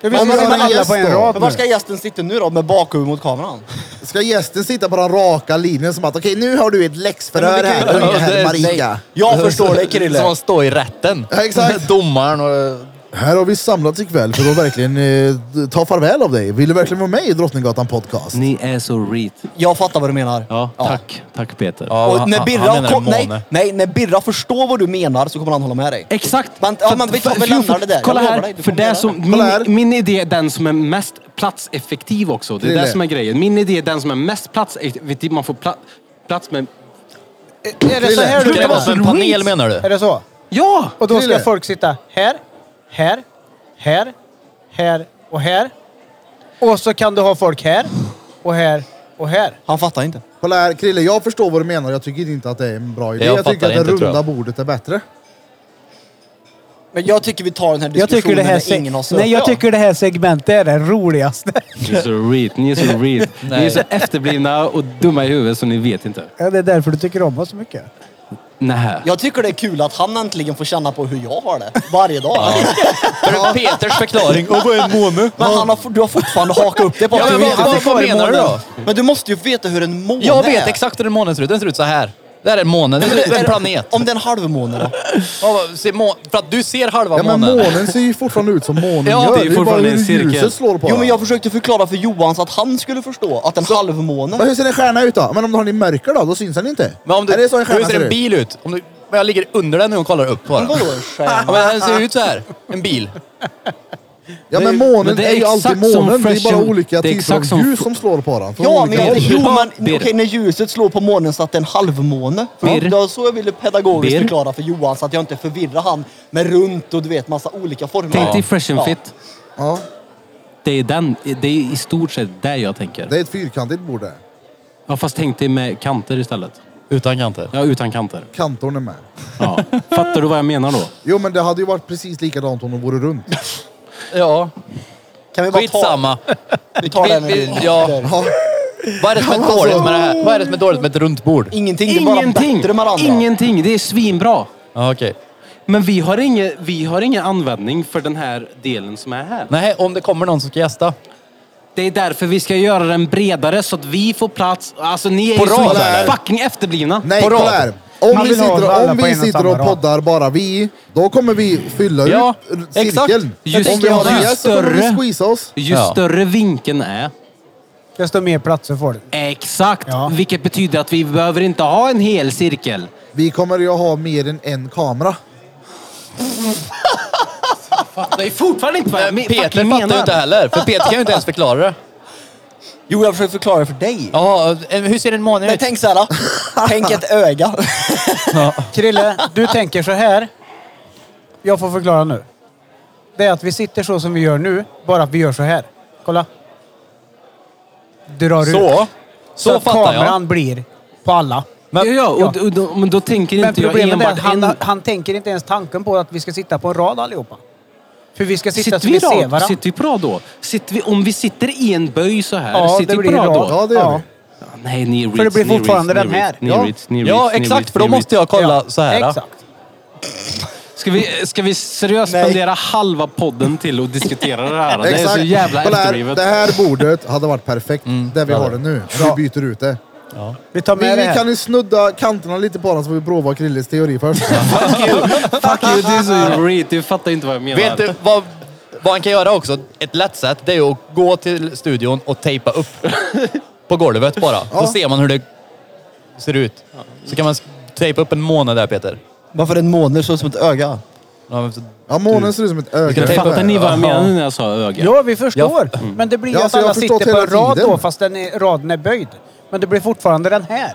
S5: Jag vill
S1: Om
S5: se
S1: vi har en
S5: alla
S1: gäst
S5: på
S1: då?
S5: en rad
S10: Men var
S5: nu.
S10: ska gästen sitta nu då med bakhuvudet mot kameran?
S1: Ska gästen sitta på den raka linjen som att okej nu har du ett läxförhör här, unge herr Marika.
S10: Jag förstår dig Krille.
S4: Som man står i rätten.
S1: Ja, exakt.
S4: Domaren och...
S1: Här har vi samlats ikväll för att verkligen eh, ta farväl av dig. Vill du verkligen vara med i Drottninggatan podcast?
S7: Ni är så reet.
S10: Jag fattar vad du menar.
S7: Ja, tack. Tack Peter.
S4: Ja,
S10: Och
S4: han-
S10: när
S4: han-
S10: Birra,
S4: han menar
S10: kom,
S4: en
S10: nej,
S4: måne.
S10: nej, när Birra förstår vad du menar så kommer han hålla med dig.
S7: Exakt!
S10: Men- ja,
S7: För-
S10: men vi tar-
S7: för-
S10: vi
S7: för-
S10: lämnar det där. Jag
S7: Kolla
S10: lovar
S7: här,
S10: dig, du
S7: för
S10: kommer
S7: det är
S10: göra
S7: som,
S1: Kolla här.
S7: min, min idé är den som är mest platseffektiv också. Det är
S1: Krille.
S7: det som är grejen. Min idé är den som är mest platseffektiv. Man får pla, plats med...
S5: Är det så här du
S4: Ska det vara som en
S5: menar?
S4: panel menar du?
S5: Är det så?
S7: Ja!
S5: Och då ska
S1: Krille.
S5: folk sitta här, här, här, här och här. Och så kan du ha folk här och här och här.
S10: Han fattar inte.
S1: Kolla här Krille, jag förstår vad du menar. Jag tycker inte att det är en bra idé.
S4: Jag
S1: Jag, tycker
S4: fattar
S1: att det
S4: inte, tror
S1: runda
S4: jag.
S1: bordet är bättre.
S10: Men jag tycker vi tar den här diskussionen när ingen har sökt.
S5: Nej, jag
S10: ja.
S5: tycker det här segmentet är det roligaste.
S7: Ni är så reet. Ni är så reet. Ni är
S4: Nej.
S7: så efterblivna och dumma i huvudet så ni vet inte.
S5: Ja, det är därför du tycker om oss så mycket.
S7: Nähä.
S10: jag tycker det är kul att han äntligen får känna på hur jag har det. Varje dag.
S4: För Peters förklaring. Och vad är en måne?
S10: Men han har, for- du har fortfarande hakat upp det på
S4: Ja,
S10: att
S4: men
S10: du
S4: vad-
S10: inte
S4: vad-
S10: fick
S4: vad
S10: vara i
S4: menar du
S10: månen.
S4: då?
S10: Men du måste ju veta hur en måne
S4: Jag
S10: är.
S4: vet exakt hur en måne ser ut. Den ser ut så här. Det här är en måne. Den ser ut som en planet.
S10: Om det är en halvmåne då?
S4: Ja, vad- ser må- För att du ser halva
S1: Ja men
S4: månen.
S1: månen ser ju fortfarande ut som månen
S4: Ja,
S1: gör.
S4: det är
S1: ju
S7: fortfarande en
S1: hur
S7: cirkel.
S1: ljuset slår på
S10: Jo
S1: den.
S10: men jag försökte förklara för Johan så att han skulle förstå att en halvmåne...
S1: Men hur ser en stjärna ut då? Men om du har den i mörker då? Då syns den inte.
S4: Men om du,
S1: är det så en
S4: hur
S1: stjärna
S4: ser en
S1: ut?
S4: bil ut? Om du, men jag ligger under den nu och kollar upp på den.
S10: Vadå en
S4: Ja,
S10: stjärna?
S4: men den ser ut så här. En bil.
S1: Ja men månen
S7: men det
S1: är,
S7: är
S1: ju alltid
S7: exakt som
S1: månen. Det är bara
S7: Freshen-
S1: olika
S7: det är
S1: typer
S7: exakt
S1: av
S7: som-
S1: ljus som slår på den. från
S10: Ja, men
S1: olika
S10: jag,
S1: håll.
S10: jo, men
S7: Bir.
S10: okej, när ljuset slår på månen så att det är en halvmåne. För
S7: Bir.
S10: det var så jag ville pedagogiskt
S7: Bir.
S10: förklara för Johan så att jag inte förvirrar han med runt och du vet massa olika former.
S7: Tänk dig
S10: Ja.
S7: fresh and
S10: Ja.
S7: fit.
S1: Ja,
S7: Det är, den, det är i stort sett det jag tänker.
S1: det är ett fyrkantigt bord det.
S7: Ja, fast tänk dig med kanter istället.
S4: Utan kanter.
S7: Ja, utan kanter.
S1: Kantorn är med.
S7: Ja. Fattar du vad jag menar då?
S1: Jo men det hade ju varit precis likadant om de vore runt.
S4: Ja,
S10: Kan vi bara
S4: skitsamma.
S10: ta... Vi tar den.
S4: Vi- vi-
S10: nu.
S4: ja.
S1: Ja, alltså-
S4: Vad är det som är dåligt med det här? Vad är det som är dåligt med ett runt bord?
S10: Ingenting, det är bara
S7: Ingenting!
S10: bättre med andra.
S7: Ingenting! Det är svinbra.
S4: Ja, okej.
S7: Men vi har, inge, vi har ingen användning för den här delen som är här.
S4: Nej, om det kommer någon som ska gästa.
S7: Det är därför vi ska göra den bredare så att vi får plats. Alltså ni är
S4: På
S7: ju så
S4: rad, eller?
S7: fucking efterblivna.
S1: Nej,
S4: På rad.
S1: kolla här. Om
S5: Man
S1: vi
S5: vill ha alla
S1: sitter, om
S5: på en
S1: vi
S5: och
S1: sitter
S5: samma
S1: och
S5: rad.
S1: poddar bara vi, då kommer vi fylla ut
S4: Ja,
S1: r-
S4: exakt.
S1: cirkeln.
S7: Ju
S1: om vi har
S7: större-
S1: en gäst så kommer vi
S7: större-
S1: squeeza oss.
S7: Ju
S4: Ja.
S7: större vinkeln är,
S5: Desto mer platser får du.
S7: exakt,
S5: Ja.
S7: vilket betyder att vi behöver inte ha en hel cirkel.
S1: Vi kommer ju ha mer än en kamera.
S7: Det är fortfarande inte vad jag me-
S4: Peter fattar
S7: fucking menar.
S4: ju inte heller, för Peter kan ju inte ens förklara det.
S10: Jo, jag försöker förklara det för dig.
S4: Ja, eh, hur ser en måne
S10: Nej,
S4: ut?
S10: tänk så här. då. Tänk ett öga.
S5: Krille, du tänker så här. Jag får förklara nu. det är att vi sitter så som vi gör nu, bara att vi gör så här. Kolla. Drar ut.
S4: Så,
S5: Så
S4: så
S5: att
S4: fattar
S5: kameran
S4: jag.
S5: blir på alla.
S7: Men, ja, ja, och, och, då- men då tänker
S5: Men
S7: inte jag
S5: problemet är att
S7: enbart
S5: han,
S7: en...
S5: han tänker inte ens tanken på att vi ska sitta på en rad allihopa. För vi ska sitta
S7: Sitter
S5: så
S7: vi,
S5: vi ser
S7: rad,
S5: varandra.
S7: sitter vi på rad då? Sitter vi, om vi sitter i en böj så här,
S5: Ja,
S7: sitter
S5: det
S7: vi
S5: blir
S7: på rad då?
S5: rad.
S1: Ja, det gör
S5: Ja.
S1: vi.
S7: Nej, near reach,
S5: För det blir
S7: near
S5: fortfarande
S7: reach,
S5: den
S7: near
S5: här.
S7: reach, near
S5: Ja.
S7: reach, near
S4: Ja,
S7: reach, near
S4: exakt.
S7: reach,
S4: För då
S7: near
S4: måste
S7: reach.
S4: jag kolla så här. då.
S5: Exakt.
S7: Ska vi, ska vi seriöst spendera halva podden till att diskutera det här? Det är
S1: Exakt.
S7: så jävla
S1: Kolla här,
S7: efterblivet. Mm.
S1: det här bordet hade varit perfekt där vi har det nu. Vi byter ut det.
S5: Vi tar
S1: Vi,
S5: med det
S1: vi
S5: här.
S1: kan ju snudda kanterna lite på den så får vi prova Krilles teori först.
S7: Fuck you, det är så reet. Du fattar inte vad jag menar.
S4: Vet du vad, vad han kan göra också? Ett lätt sätt, det är ju att gå till studion och tejpa upp på golvet bara. Då ser man hur det ser ut. Så kan man s- tejpa upp en månad där Peter.
S10: Varför en månad så som ett öga?
S4: Ja, men så-
S1: Ja, månen ser ut som ett
S4: kan
S1: öga.
S4: tejpa
S7: Fattar ni vad jag menar när jag sa öga?
S5: Ja, vi förstår. Mm. Men det blir
S1: Ja,
S5: att
S1: alltså, jag
S5: alla
S1: har förstått
S5: sitter på en
S1: hela
S5: rad
S1: tiden.
S5: då, fast den är, raden är böjd. Men det blir fortfarande den här.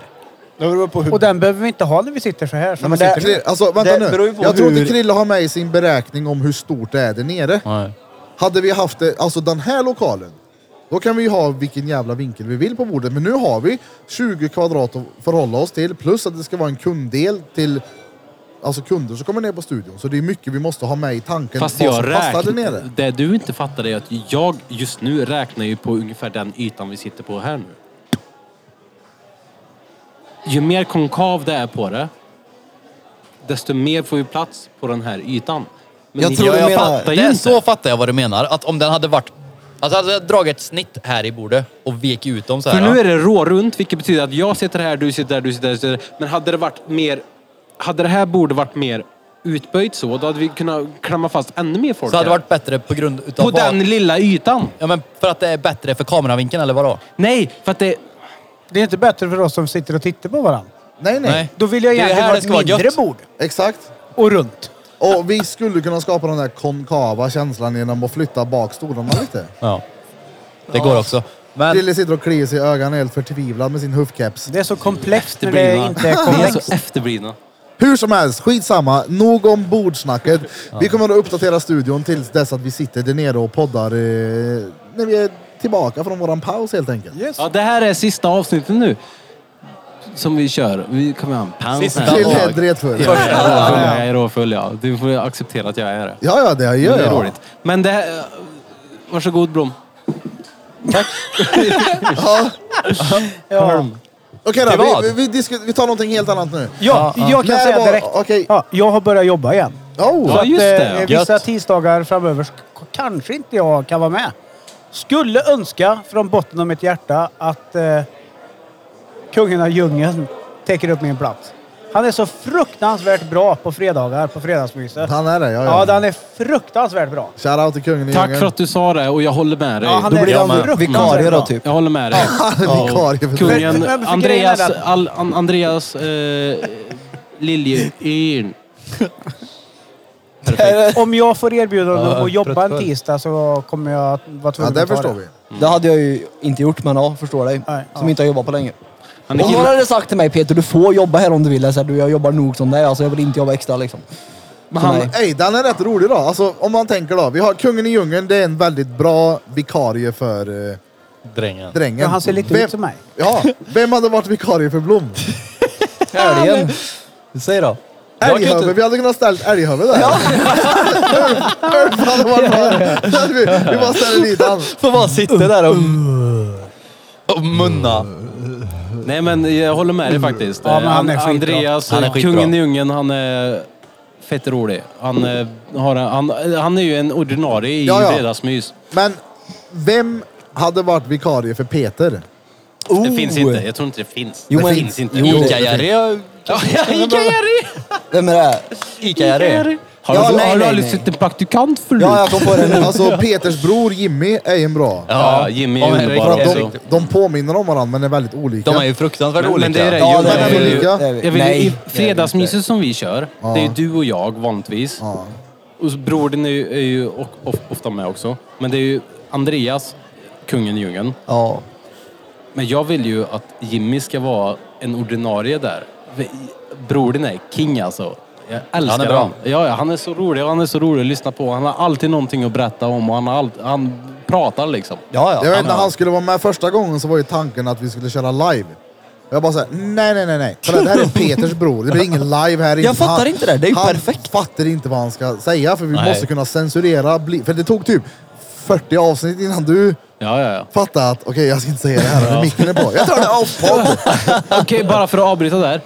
S10: Det beror på hur...
S5: Och den behöver vi inte ha när vi sitter så här. Som
S10: men
S5: vi
S10: det-
S5: sitter nu.
S1: Krille- Alltså
S10: Det
S1: vänta
S10: beror ju
S1: nu.
S10: på
S1: Jag tror
S10: hur-
S1: inte Krille har med i sin beräkning om hur stort det är där nere.
S4: nej.
S1: Hade vi haft det, alltså den här lokalen, då kan vi ju ha vilken jävla vinkel vi vill på bordet. Men nu har vi 20 kvadrat att förhålla oss till, plus att det ska vara en kunddel till alltså kunder som kommer ner på studion. Så det är mycket vi måste ha med i tanken.
S7: Fast
S1: vad
S7: jag
S1: som passar där
S7: räknar...
S1: nere.
S7: Det du inte fattar är att jag just nu räknar ju på ungefär den ytan vi sitter på här nu. Ju mer konkav det är på det, desto mer får vi plats på den här ytan. Men
S10: Jag
S7: ni-
S10: tror du menar-
S7: fattar ju
S4: Det,
S7: inte.
S4: så fattar jag vad du menar. Att om den hade varit... Alltså hade jag dragit ett snitt här i bordet och vek ut dem så här.
S7: För nu
S4: ja.
S7: är det rårunt, vilket betyder att jag sitter här, du sitter där, du sitter där, du sitter där. Men hade det varit mer... Hade det här bordet varit mer utböjt så, då hade vi kunnat klämma fast ännu mer folk
S4: Så hade det
S7: här.
S4: varit bättre på grund utav...
S7: På
S4: vad?
S7: den lilla ytan.
S4: Ja men för att det är bättre för kameravinkeln eller vadå?
S7: Nej, för att det...
S5: Det är inte bättre för oss som sitter och tittar på varandra.
S1: Nej, nej,
S4: Nej.
S5: Då vill jag
S4: Det är
S5: egentligen
S4: här
S5: ha
S4: det
S5: ett
S4: ska vara
S5: mindre
S4: gött.
S5: bord.
S1: Exakt.
S5: Och runt.
S1: Och vi skulle kunna skapa den där konkava känslan genom att flytta bak stolarna lite.
S4: Ja. Det går också. Men...
S1: Krille sitter och kliar sig i ögonen helt förtvivlad med sin huffkeps.
S5: Det är så komplext när det
S7: Efterblivna.
S5: inte är
S7: Ni är
S5: komplext.
S7: så efterblivna.
S1: Hur som helst, skitsamma. Nog om bordsnacket. Vi kommer att uppdatera studion tills dess att vi sitter där nere och poddar eh, när vi är tillbaka från våran paus helt enkelt.
S7: Ja, det här är sista avsnittet nu. Som vi kör. Vi kommer ha en paus
S4: Sista
S7: här.
S1: Till
S4: dag.
S1: hedret för
S7: Jag
S1: det.
S7: är råfull, jag är råfull ja. Du får acceptera att jag är det.
S1: Ja, ja, det gör jag.
S7: Det är roligt. Men det här... Varsågod Blom.
S5: Ja.
S1: Okej
S4: Till
S1: då,
S4: vad?
S1: vi, vi, vi, disku- vi tar någonting helt annat nu.
S5: Ja, jag kan
S1: När
S5: säga
S1: var-
S5: direkt.
S1: Okej.
S5: Ja, jag har börjat jobba igen.
S1: Oh,
S7: Ja, just det.
S5: eh, vissa
S4: Gött.
S5: tisdagar framöver sk- kanske inte jag kan vara med. Skulle önska från botten av mitt hjärta att eh, kungen av djungeln täcker upp min plats. Han är så fruktansvärt bra på fredagar, på fredagsmyset.
S1: Han är det, ja.
S5: Ja,
S1: ja.
S5: han är fruktansvärt bra.
S1: Shoutout till kungen i
S7: Tack
S1: djungeln.
S7: för att du sa det och jag håller med dig.
S5: Ja, han
S7: Då
S5: är
S7: blir jag med.
S5: fruktansvärt
S10: Vikarie då
S5: bra.
S10: typ.
S7: Jag håller med dig.
S1: är vikarie för dig.
S5: Men- men
S7: Kungen
S5: grejen är
S7: Andreas,
S5: att-
S7: Al, An- Andreas eh, Liljegren.
S5: Om jag får erbjudande om att jobba en tisdag så kommer jag att vara
S1: Ja,
S5: tvungen
S1: det
S5: att ta
S1: förstår
S5: det.
S1: vi.
S10: Det hade jag ju inte gjort men ja, förstår dig.
S5: Nej,
S10: som
S5: ja.
S10: inte har jobbat på länge.
S7: Han är
S10: Och någon
S7: kille.
S10: hade sagt till mig Peter, du får jobba här om du vill. Jag, sa, du, jag jobbar nog som det är. Alltså, jag vill inte jobba extra liksom.
S7: Men
S10: Så
S7: han,
S10: nej.
S1: Ey, den är rätt rolig då. Alltså, om man tänker då. Vi har kungen i djungeln, det är en väldigt bra vikarie för eh,
S4: Drängen.
S1: drängen.
S5: Ja, han ser lite
S1: Vem-
S5: ut som mig.
S1: Ja, vem hade varit vikarie för Blom?
S10: Älgen.
S4: Säg då. Jag kan ju
S1: Älghövud,
S4: inte...
S1: vi hade kunnat ställt älghövud där. Ja. hade varit med. Så hade vi, vi bara ställer dit han.
S4: Får bara sitta där och...
S7: Uh.
S4: Och munna.
S7: nej men jag håller med dig faktiskt.
S5: Ja, men han är
S7: Eh,
S5: skitbra.
S7: Andreas,
S4: Han är skitbra.
S7: kungen i djungeln, han är fett rolig. Han, eh, har, en- han, han är ju en ordinarie i
S1: Ja, ja.
S7: fredagsmys.
S1: Men vem hade varit vikarie för Peter?
S7: Det finns inte. Jag tror inte det finns.
S10: Jo,
S7: det
S10: men-
S7: finns inte.
S10: jo, det-
S4: Ica-Jerry.
S7: Ica-Jerry!
S10: Vem är det?
S4: Ica-Jerry.
S7: Har,
S10: Ja,
S7: du-
S10: nej,
S7: har du
S10: nej,
S7: aldrig
S10: nej.
S7: sett en praktikant förut?
S10: Ja, jag kom på det nu.
S1: Alltså Peters bror Jimmy är ju en bra.
S7: Ja, Jimmy är
S4: Ja, men
S7: underbar alltså.
S4: det är
S7: också.
S1: De, de påminner om varandra men är väldigt olika.
S4: De är ju fruktansvärt
S7: Men-
S4: olika.
S7: men det är det.
S10: Ja,
S7: Jo,
S10: det är
S1: men
S10: vi.
S1: är vi lika?
S10: Det är vi.
S7: Jag vill,
S10: Nej,
S7: I
S10: det är vi inte.
S7: fredagsmyset som vi kör, det är ju
S1: Ja.
S7: du och jag vanligtvis.
S1: Ja.
S7: Och så brodern är ju, är ju o- of- ofta med också. Men det är ju Andreas, kungen i djungeln.
S10: Ja.
S7: Men jag vill ju att Jimmy ska vara en ordinarie där. Brodern är king alltså. Jag älskar
S4: Han är
S7: han
S4: bra.
S7: Ja, ja, han är så rolig och han är så rolig att lyssna på. Han har alltid någonting att berätta om och han, har all, han pratar liksom.
S4: Ja,
S1: Jag
S4: ja.
S1: vet när han skulle vara med första gången så var ju tanken att vi skulle köra live. Jag bara såhär, nej nej nej nej. Kolla, det här är Peters bror, det blir ingen live här inne.
S6: Jag fattar inte det, det är ju
S1: han
S6: perfekt.
S1: fattar inte vad han ska säga för vi
S4: Nej.
S1: måste kunna censurera. bli- För det tog typ 40 avsnitt innan du
S7: Ja, ja, ja.
S1: fattade att okej jag ska inte säga det här, micken är på. Jag tar det off
S7: Okej, bara för att avbryta där.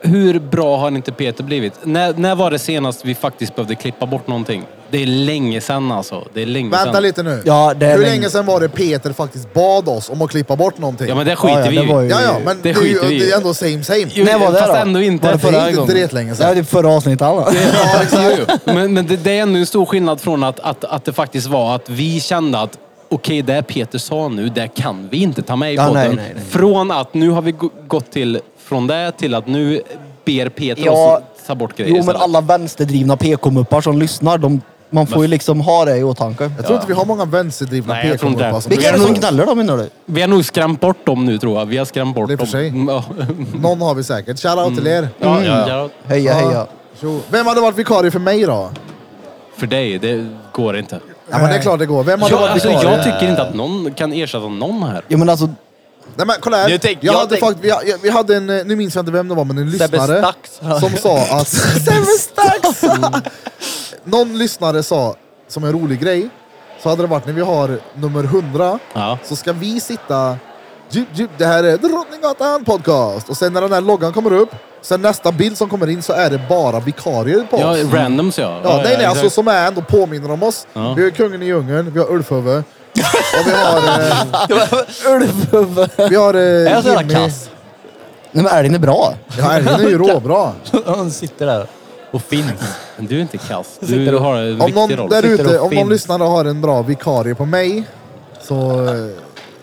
S7: Hur bra har inte Peter blivit? När, när var det senast vi faktiskt behövde klippa bort någonting? Det är länge sedan alltså. Det är länge
S1: Vänta
S7: sedan.
S1: lite nu.
S6: Ja, det är
S1: Hur
S6: länge-
S1: länge sedan var det Peter faktiskt bad oss om att klippa bort någonting?
S7: Ja, men det skiter
S6: Ja, ja,
S7: vi
S6: det
S7: i.
S6: var ju-
S1: ja, ja, men
S7: det
S1: det, är ju
S7: skiter vi i.
S1: det är ändå same same.
S7: Jo,
S6: När var det
S7: Fast
S6: då?
S7: ändå inte.
S6: Var det
S1: det
S6: förra
S1: är inte
S6: gången.
S1: direkt länge
S6: Det här är
S1: sedan.
S6: typ förra avsnittet alla.
S1: Ja, exakt.
S7: Men, men det, det är ändå en stor skillnad från att, att, att det faktiskt var att vi kände att okej, det Peter sa nu, det kan vi inte ta med i
S6: Ja,
S7: podden.
S6: nej, nej, nej.
S7: Från att nu har vi gå- gått till, från det till att nu ber Peter
S6: Ja.
S7: oss ta bort grejer
S6: Jo men
S7: istället.
S6: alla vänsterdrivna PK-muppar som lyssnar, de, man får ju liksom ha det i åtanke.
S1: Jag tror inte vi har många vänsterdrivna
S7: Nej, jag tror inte det.
S1: PK-muppar som
S6: Vilka är det
S1: brukar-
S6: som gnäller då menar du?
S7: Vi har nog skrämt bort dem nu tror jag. Vi har skrämt bort
S1: Det är
S7: dem.
S1: för sig.
S7: Mm, Ja,
S1: Någon har vi säkert. Shoutout till er.
S7: ja, ja, ja.
S6: Heja heja.
S1: Jo. Vem hade varit vikarie för mig då?
S7: För dig, det går inte.
S1: Ja men det är klart det går. Vem hade
S7: Jag,
S1: varit
S7: alltså,
S1: vikarie?
S7: jag tycker inte att någon kan ersätta någon här.
S6: Ja men alltså,
S1: Nej men kolla här.
S4: Nu tänk-
S1: jag
S4: jag
S1: hade
S4: tänk-
S1: fakt- vi, jag- vi hade en, eh, nu minns jag inte vem det var, men en
S4: Sebbe
S1: lyssnare
S4: Stax.
S1: som sa att... Sebbe Stax! Någon lyssnare sa, som en rolig grej, så hade det varit när vi har nummer 100,
S7: Ja.
S1: så ska vi sitta... Djup, djup, det här är Drottninggatan podcast! Och sen när den här loggan kommer upp, sen nästa bild som kommer in så är det bara vikarier på
S7: Ja,
S1: oss.
S7: randoms ja.
S1: Ja, nej, nej,
S7: exakt.
S1: alltså som är ändå påminner om oss.
S7: Ja.
S1: Vi har kungen i djungeln, vi har Ulfhuvud. och vi har... Eh, vi har eh,
S4: Är jag så jävla
S1: Jimmy.
S4: kass?
S6: nej men älgen är bra.
S1: Ja, älgen är ju råbra.
S4: Han sitter där och finns.
S7: Du är inte kass. Du har en
S1: Om
S7: viktig
S1: någon
S7: roll.
S1: där ute,
S4: Sitter och
S1: om någon
S4: finns.
S1: lyssnare har en bra vikarie på mig, så... eh,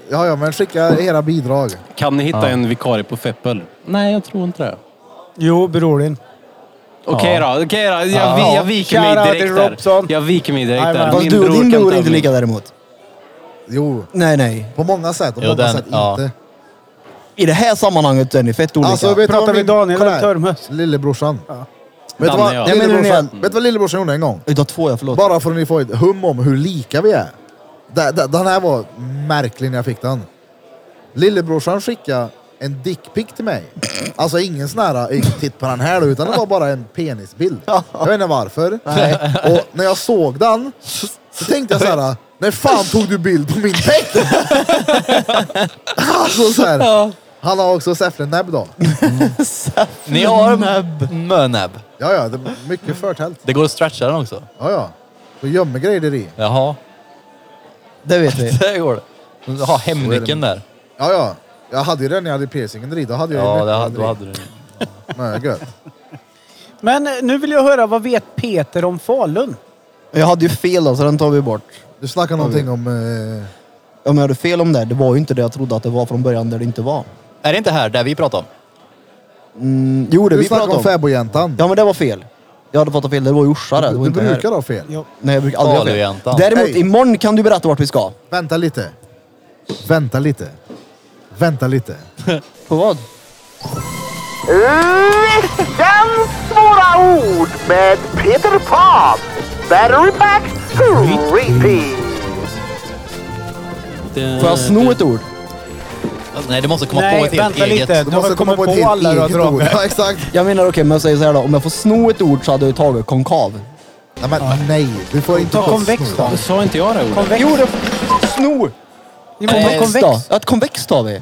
S1: Ja, ja, men skicka era bidrag.
S7: Kan ni hitta en vikarie på Feppel? Nej, jag tror inte det.
S5: Jo, Brorin.
S7: Okej då, okej då. Jag, vi, jag viker
S5: Shout out
S7: mig
S5: till
S7: direkt där.
S5: Robson.
S7: Jag viker mig direkt
S5: Jajamän.
S7: där.
S6: Fast du och
S7: bror
S6: din
S7: kan
S6: bror är
S7: ta
S6: inte
S7: min-
S6: lika däremot.
S1: Jo,
S6: Nej nej.
S1: på många sätt och
S4: Jo,
S1: många
S4: den-
S1: sätt
S4: ja.
S1: inte.
S6: I det här sammanhanget är ni fett olika.
S1: Alltså, vet du
S5: Pratar
S1: vad
S5: vi
S1: min-
S5: Daniel
S1: kolla
S5: eller
S1: här.
S5: Törnmös?
S1: Lillebrorsan. Vet du
S7: Danne,
S1: vad
S7: ja.
S6: Jag menar
S1: lillebrorsan-
S6: det.
S1: vet du vad lillebrorsan gjorde en gång?
S6: Utav två ja, förlåt.
S1: Bara för att ni får ett hum om hur lika vi är. Da- da- Den här var märklig när jag fick den. Lillebrorsan skickade en dickpic till mig. Alltså ingen sån här, "Ey, titt på den här då, utan det var bara en penisbild. Jag vet inte varför. Och när jag såg den så tänkte jag så här, när fan tog du bild på min dick? alltså så här. Han har också säfflenäbb då.
S4: Ni har mönäbb.
S1: Ja, ja, det är mycket förtält.
S4: Det går att stretcha den också.
S1: Ja, ja. Så gömmer grejer där i.
S4: Jaha,
S6: Det vet vi.
S4: det går det. Ha hemnyckeln där.
S1: Ja, ja. Jag hade ju den när jag hade piercingen där i. Då hade jag
S4: Ja,
S1: ju
S4: det
S1: den
S4: hade,
S1: där
S4: då
S1: i.
S4: hade du.
S1: Nej, gött.
S5: Men eh, nu vill jag höra, vad vet Peter om Falun?
S6: Jag hade ju fel då, så den tar vi bort.
S1: Du snackade någonting om... Eh,
S6: Om jag hade fel om det, det var ju inte det jag trodde att det var från början där det inte var.
S4: Är det inte här, där vi pratar om?
S6: Mm, jo, det
S1: du
S6: vi
S1: snackade
S6: pratade
S1: om
S6: om.
S1: fäbodjäntan.
S6: Ja men det var fel. Jag hade fattat fel, det var i Orsa det. det var
S1: du
S6: inte här.
S1: brukar ha fel.
S6: Nej, jag brukar aldrig ha fel.
S4: Falujäntan.
S6: Däremot,
S1: Hej.
S6: imorgon kan du berätta vart vi ska.
S1: Vänta lite. Vänta lite. Vänta lite.
S6: På vad?
S2: Veckans svåra ord med Peter Pan. Battery pack to repeat.
S6: Får jag
S7: Eh,
S6: sno ett ord?
S4: Nej, du måste komma på
S5: Nej,
S4: ett helt
S5: vänta
S4: eget.
S5: lite. Du har kommit på, alla du har dragit.
S1: Ja, exakt.
S6: Jag menar okej, men jag säger så här då. Om jag får sno ett ord så hade jag ju tagit konkav.
S1: Nej, men, ah, nej. Du får inte...
S5: Ta
S1: ha
S5: konvex då.
S7: Sa inte jag det ordet?
S5: Konvex.
S6: Jo, det... Sno!
S5: Ni måste ha
S6: Äh, Konvex
S5: konvex.
S6: då. Att konvex tar vi.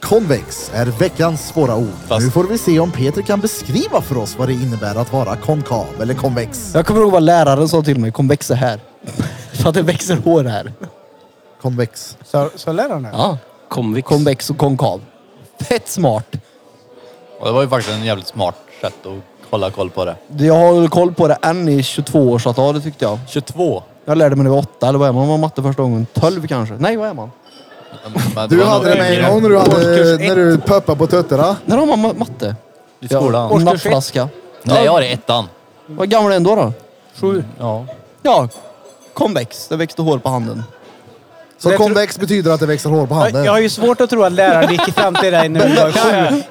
S1: Konvex är veckans svåra ord.
S4: Fast-
S1: Nu får vi se om Peter kan beskriva för oss vad det innebär att vara konkav eller konvex.
S6: Jag kommer ihåg vad läraren sa till mig. Konvex är här. För att det växer hår här.
S1: Konvex.
S5: Så, så lär han det.
S6: Ja.
S7: Konvix.
S6: Konvex och konkav. Fett smart.
S4: Och det var ju faktiskt en jävligt smart sätt att hålla koll på det.
S6: Jag har väl koll på det än i 22-årsavtalet tyckte jag.
S4: 22.
S6: Jag lärde mig när jag var åtta, eller vad är man? Man var matte första gången. 12 kanske? Nej, vad är man?
S4: Men det
S1: Du
S4: var
S1: hade
S4: nog
S1: det med en
S4: yngre.
S1: gång när du, hade, när du pöppade på tuttarna.
S6: När har man ma- matte?
S4: I skolan.
S6: Ja, nappflaska.
S4: Nej, jag har det i ettan.
S6: Vad gammal är den då? då?
S4: Ja.
S6: Ja, konvex. Det växte hår på handen.
S1: Så
S5: Jag tror-
S1: konvex betyder att det växer hår på handen?
S5: Jag har ju svårt att tro att läraren gick fram till dig när du var sju.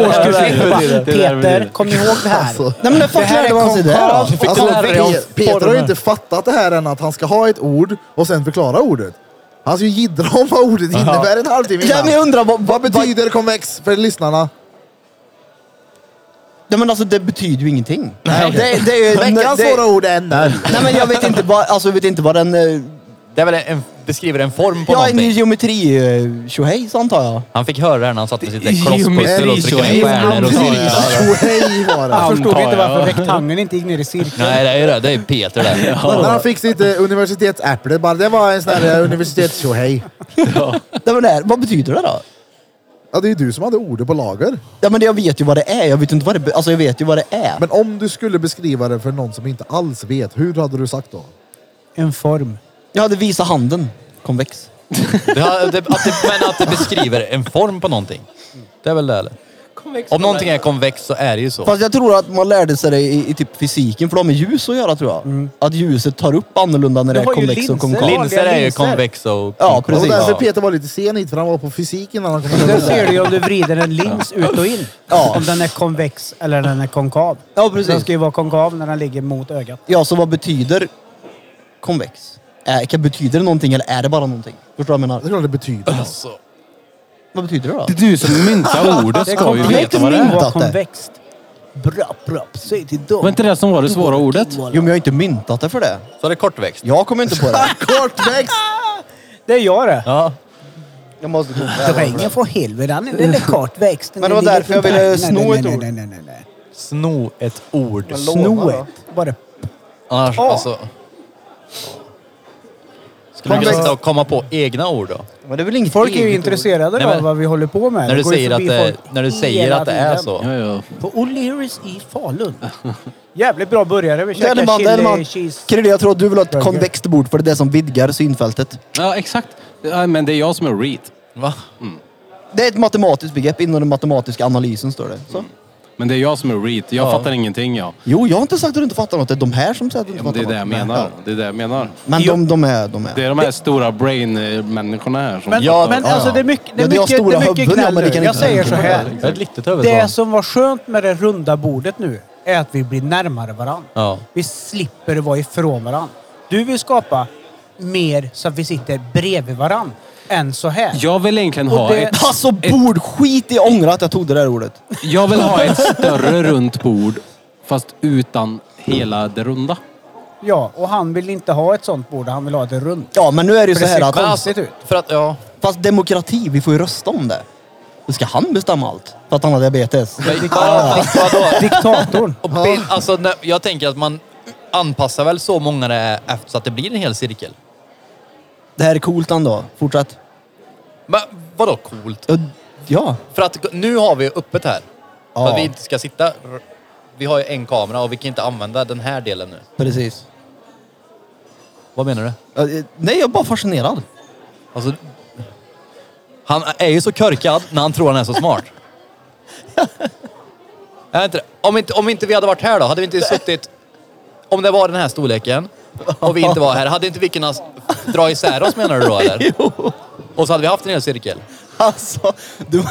S5: Årskurs ett och bara, Peter, kom ihåg det här.
S1: Alltså.
S6: Nej men när
S5: Det
S6: fuck
S5: här
S6: lärde
S5: är
S6: man sig det då?
S5: konkav.
S1: Alltså,
S4: lära dig
S1: Pe-
S4: om
S1: Peter har
S4: former.
S1: ju inte fattat det här än att han ska ha ett ord och sen förklara ordet. Han ska ju jiddra om vad ordet innebär en halvtimme
S6: Ja,
S1: innan.
S6: men jag undrar vad...
S1: Vad
S6: vad, vad
S1: betyder konvex för lyssnarna?
S6: nej men alltså det betyder ju ingenting.
S3: Nej, det, det är ju veckans
S6: det-
S3: svåra ord är nöll.
S6: Nej men jag vet inte vad, alltså jag vet inte vad den... eh,
S4: Det är väl en, beskriver en form på
S6: Ja, en
S4: någonting.
S6: geometri eh, tjojhejs antar jag.
S4: Han fick höra det här när han satt med sitt där klosspussel och
S7: Geometri,
S4: tryckte
S7: så
S4: ner stjärnor och cirklar.
S1: Tjohej var det.
S5: Han förstod
S7: Antar
S5: inte
S7: jag.
S5: varför rektangeln inte gick ner i cirkeln.
S4: Nej, det är det. Det är Peter där.
S1: När han fick sitt eh, universitetsäpple, bara det var en sån här eh, universitetstjohej.
S6: Nej, men det här, vad betyder det då?
S1: Ja, det är ju du som hade ordet på lager.
S6: Ja men jag vet ju vad det är. Jag vet inte vad det... be- Alltså jag vet ju vad det är.
S1: Men om du skulle beskriva det för någon som inte alls vet, hur hade du sagt då?
S5: En form.
S6: Jag hade visa handen. Konvex.
S4: Det, har- det, att det, men att det beskriver en form på någonting. Det är väl det eller? Om någonting är konvext så är det ju så.
S6: Fast jag tror att man lärde sig det i, i typ fysiken, för det har med ljus att göra tror jag. Att ljuset tar upp annorlunda när det,
S5: Det
S6: är
S5: var ju
S6: konvex och
S5: linser.
S6: konkav.
S5: Mm. Lin-
S4: Linser är ju
S5: linser.
S4: konvex och...
S6: Ja,
S1: Det var
S6: precis.
S1: därför
S6: Ja.
S1: Peter var lite sen hit, för han var på fysik innan han kom in.
S5: Där ser du ju om du vrider en lins ut och in.
S6: Ja.
S5: Om den är konvex eller den är konkav.
S6: Ja, precis.
S5: Den ska ju vara konkav när den ligger mot ögat.
S6: Ja, så vad betyder konvex? Är, kan, betyder det någonting eller är det bara någonting? Förstår du vad jag
S1: Det är
S6: menar?
S1: klart det betyder något.
S4: Alltså,
S6: Vad betyder det då?
S7: Det är du som myntar ordet ska ju veta vad det är.
S6: myntat det.
S5: Var konvext. Bra, bra. Säg till
S7: Var
S5: dem.
S7: inte det som var det svåra ordet?
S6: Jo, men jag har inte myntat det för det.
S4: så är det kortväxt.
S6: Jag kommer inte på det.
S1: Kortväxt!
S5: Det är jag det.
S4: Ja.
S6: Jag måste typ- kolla det. här.
S5: för helvete. Han är kortväxt.
S6: Men det var därför jag ville sno ett ord.
S5: Nej, nej, nej, nej.
S4: Sno ett ord.
S5: Sno ett. Bara
S4: Annars, alltså... Skulle man kunna sitta och komma på egna ord då?
S6: Men det är väl inget
S5: Folk är ju
S6: eget
S5: intresserade
S4: Nej, men-
S5: av vad vi håller på med.
S4: När du
S5: Det går ju
S4: säger att
S5: förbi
S4: det,
S5: folk
S4: när du säger
S5: hela
S4: att det är
S5: tiden.
S4: så.
S7: Ja, ja.
S5: På O'Learys i Falun. Jävligt bra burgare. Vi käkar
S6: Delman,
S5: chili
S6: Delman.
S5: cheese.
S6: Krille, jag tror att du vill ha ett
S5: Burger.
S6: konvext bord för det är det som vidgar synfältet.
S7: ja, exakt. Ja, men det är jag som är read.
S4: Va?
S6: Det är ett matematiskt begrepp inom den matematiska analysen står det. Så.
S7: Men det är jag som är read. Jag fattar ingenting jag.
S6: Jo, jag har inte sagt att du inte fattar något. Det är de här som säger att du inte
S7: Det
S6: fattar
S7: är det
S6: något.
S7: jag menar. Det är det jag menar.
S6: Men de, de är... De är.
S7: Det är de här stora brain-människorna här som...
S5: Men,
S4: Ja,
S5: men
S4: ja,
S5: alltså
S4: ja.
S5: det är mycket, det är
S6: Ja, det har
S5: mycket, det
S6: stora
S5: är mycket
S6: huvuden, ja,
S5: gnäll
S6: men det
S5: nu.
S6: kan
S5: Jag
S6: inte
S5: säger
S6: tänka
S5: så
S6: på
S5: här.
S4: Det är ett litet huvud
S5: Det
S4: så.
S5: som var skönt med det runda bordet nu är att vi blir närmare varandra.
S4: Ja.
S5: Vi slipper vara ifrån varandra. Du vill skapa mer så att vi sitter bredvid varandra än så här.
S7: Jag vill egentligen
S5: Och
S7: ha
S5: det-
S7: ett...
S6: Alltså bord! Skit i ångrar att jag tog det där ordet.
S7: Jag vill ha ett större runt bord, fast utan hela det runda.
S5: Ja, och han vill inte ha ett sånt bord. Han vill ha ett runt.
S6: Ja, men nu är det ju
S5: För
S6: så
S5: det
S6: här
S5: ser
S6: att...
S5: konstigt ut.
S4: alltså, För att, ja.
S6: Fast demokrati, vi får ju rösta om det. Då ska han bestämma allt. För att han har diabetes.
S4: Ja, fast vadå?
S5: Diktatorn.
S4: Och bild, alltså, när- jag tänker att man anpassar väl så många det är efter så att det blir en hel cirkel.
S6: Det här är coolt ändå. Fortsätt.
S4: Men vadå coolt?
S6: Ja, Ja.
S4: För att nu har vi öppet här.
S6: Ja.
S4: För att vi inte ska sitta... r- Vi har ju en kamera och vi kan inte använda den här delen nu.
S6: Precis.
S4: Vad menar du?
S6: Ja, eh, Nej, jag är bara fascinerad.
S4: Alltså, han är ju så körkad när han tror han är så smart. är inte det? Om, inte, om inte vi hade varit här då, hade vi inte suttit... Om det var den här storleken och vi inte var här, hade inte vi kunnat dra isär oss menar du då eller?
S6: Jo.
S4: Och så hade vi haft en hel cirkel.
S6: Alltså, du,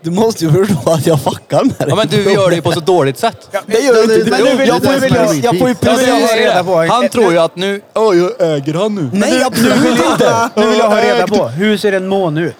S6: du måste ju förstå att jag fuckar med dig.
S4: Ja men du gör det ju på så dåligt sätt.
S6: Det gör jag inte.
S1: Men nu vill-
S6: jag, får ju,
S1: det är det som är
S6: jag, jag får ju
S1: repeat.
S4: Ja, men jag
S6: precis...
S4: har reda på. Han tror ju att nu... Åh, jag äger han nu.
S6: Nej, absolut inte!
S5: Nu vill jag ha reda på. Hur ser en måne ut?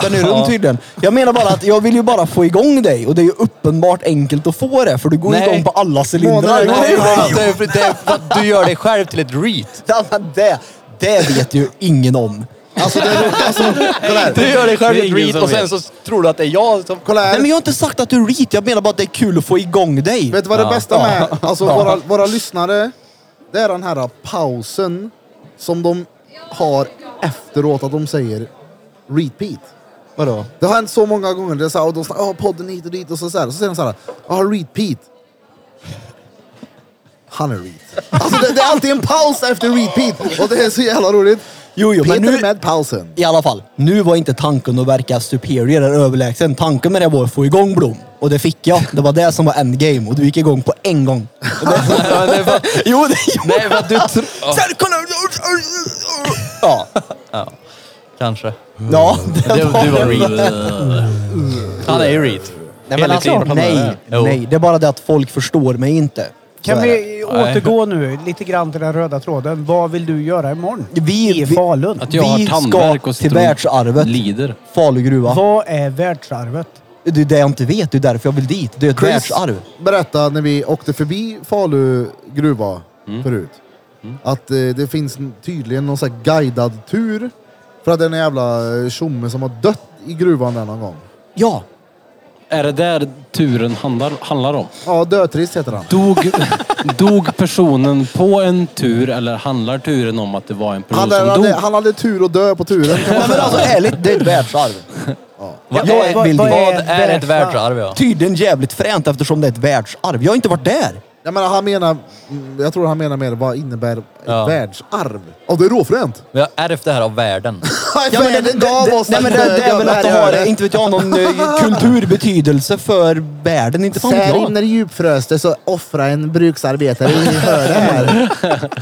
S6: Den är rund tydligen. Jag menar bara att jag vill ju bara få igång dig och det är ju uppenbart enkelt att få det för du går
S4: Nej.
S6: igång på alla cylindrar.
S4: Nej,
S6: Nej,
S4: det är- det är för- det är för att du gör dig själv till ett reet.
S6: ja, men det, det vet ju ingen om.
S1: Alltså, det är, alltså, kolla här.
S4: Du gör dig själv
S7: Det är
S4: till ett
S7: ingen
S4: reet
S7: som
S4: och sen
S7: vet.
S4: så tror du att det är jag som...
S1: Kolla
S6: Nej,
S1: här.
S6: men jag har inte sagt att du är reet. Jag menar bara att det är kul att få igång dig.
S1: Vet du vad det bästa med alltså,
S6: Ja.
S1: våra, våra lyssnare? Det är den här pausen som de har efteråt att de säger repeat.
S6: Vadå?
S1: Det har hänt så många gånger. Det är så här, och de säger oh, podden hit och dit och så, så, här. så säger de så här, ja repeat. Han är reet. Alltså det, det är alltid en paus efter repeat och det är så jävla roligt.
S6: Jo, jo,
S1: Peter
S6: men nu...
S1: med pausen.
S6: I alla fall, nu var inte tanken att verka superior eller överlägsen. Tanken med det var att få igång Blom. Och det fick jag. Det var det som var endgame. Och du gick igång på en gång. Och det- jo, det gjorde
S4: Nej, för att du tror...
S6: Ja.
S4: Ja, kanske.
S6: Ja, det
S4: Du, du var
S6: var...
S4: Reed. Han är ju Reed.
S6: Nej, men
S4: Enligt
S6: alltså,
S4: din-
S6: nej,
S4: Jo.
S6: nej. Det är bara det att folk förstår mig inte. Så
S5: Kan
S6: är det.
S5: vi återgå nu lite grann till den röda tråden. Vad vill du göra imorgon?
S6: Vi,
S5: I
S6: vi,
S5: Falun.
S7: Att jag har
S6: Vi ska
S7: tandvärk och sitter
S6: till
S7: och
S6: världsarvet.
S7: Lider.
S6: Falugruva.
S5: Vad är världsarvet?
S6: Det är det jag inte vet. Det är därför jag vill dit. Det är ett
S1: Chris
S6: världsarv.
S1: berättade när vi åkte förbi Falu gruva
S6: Mm.
S1: förut. Att eh, det finns n- tydligen någon sån här guidad tur. För att det är en jävla eh, tjomme som har dött i gruvan där någon gång.
S6: Ja,
S7: Är det där turen handlar, handlar om?
S1: Ja, Dötrist heter han.
S7: Dog, dog personen på en tur eller handlar turen om att det var en person
S1: Han hade,
S7: som dog?
S1: hade, han hade tur att dö på turen. kan man
S6: Nej, men alltså ärligt, det är ett världsarv.
S4: Vad
S6: Jag
S4: är,
S6: vill dit.
S4: vad
S5: är
S4: är, ett
S5: världsarv?
S4: världsarv? Ja.
S6: Tydligen jävligt fränt eftersom det är ett världsarv. Jag har inte varit där.
S1: Jag menar, han menar, mm, jag tror han menar mer vad innebär ett
S4: Ja.
S1: världsarv? Ja, det är råfränt.
S4: Vi har ärvt det här av världen.
S6: Ja, men det, det, det, nej, men det,
S1: eh,
S6: det är väl att det har, inte vet jag, någon eh, kulturbetydelse för världen. Inte fan vet jag.
S1: när djupfröste så offra en bruksarbetare i hörnet här.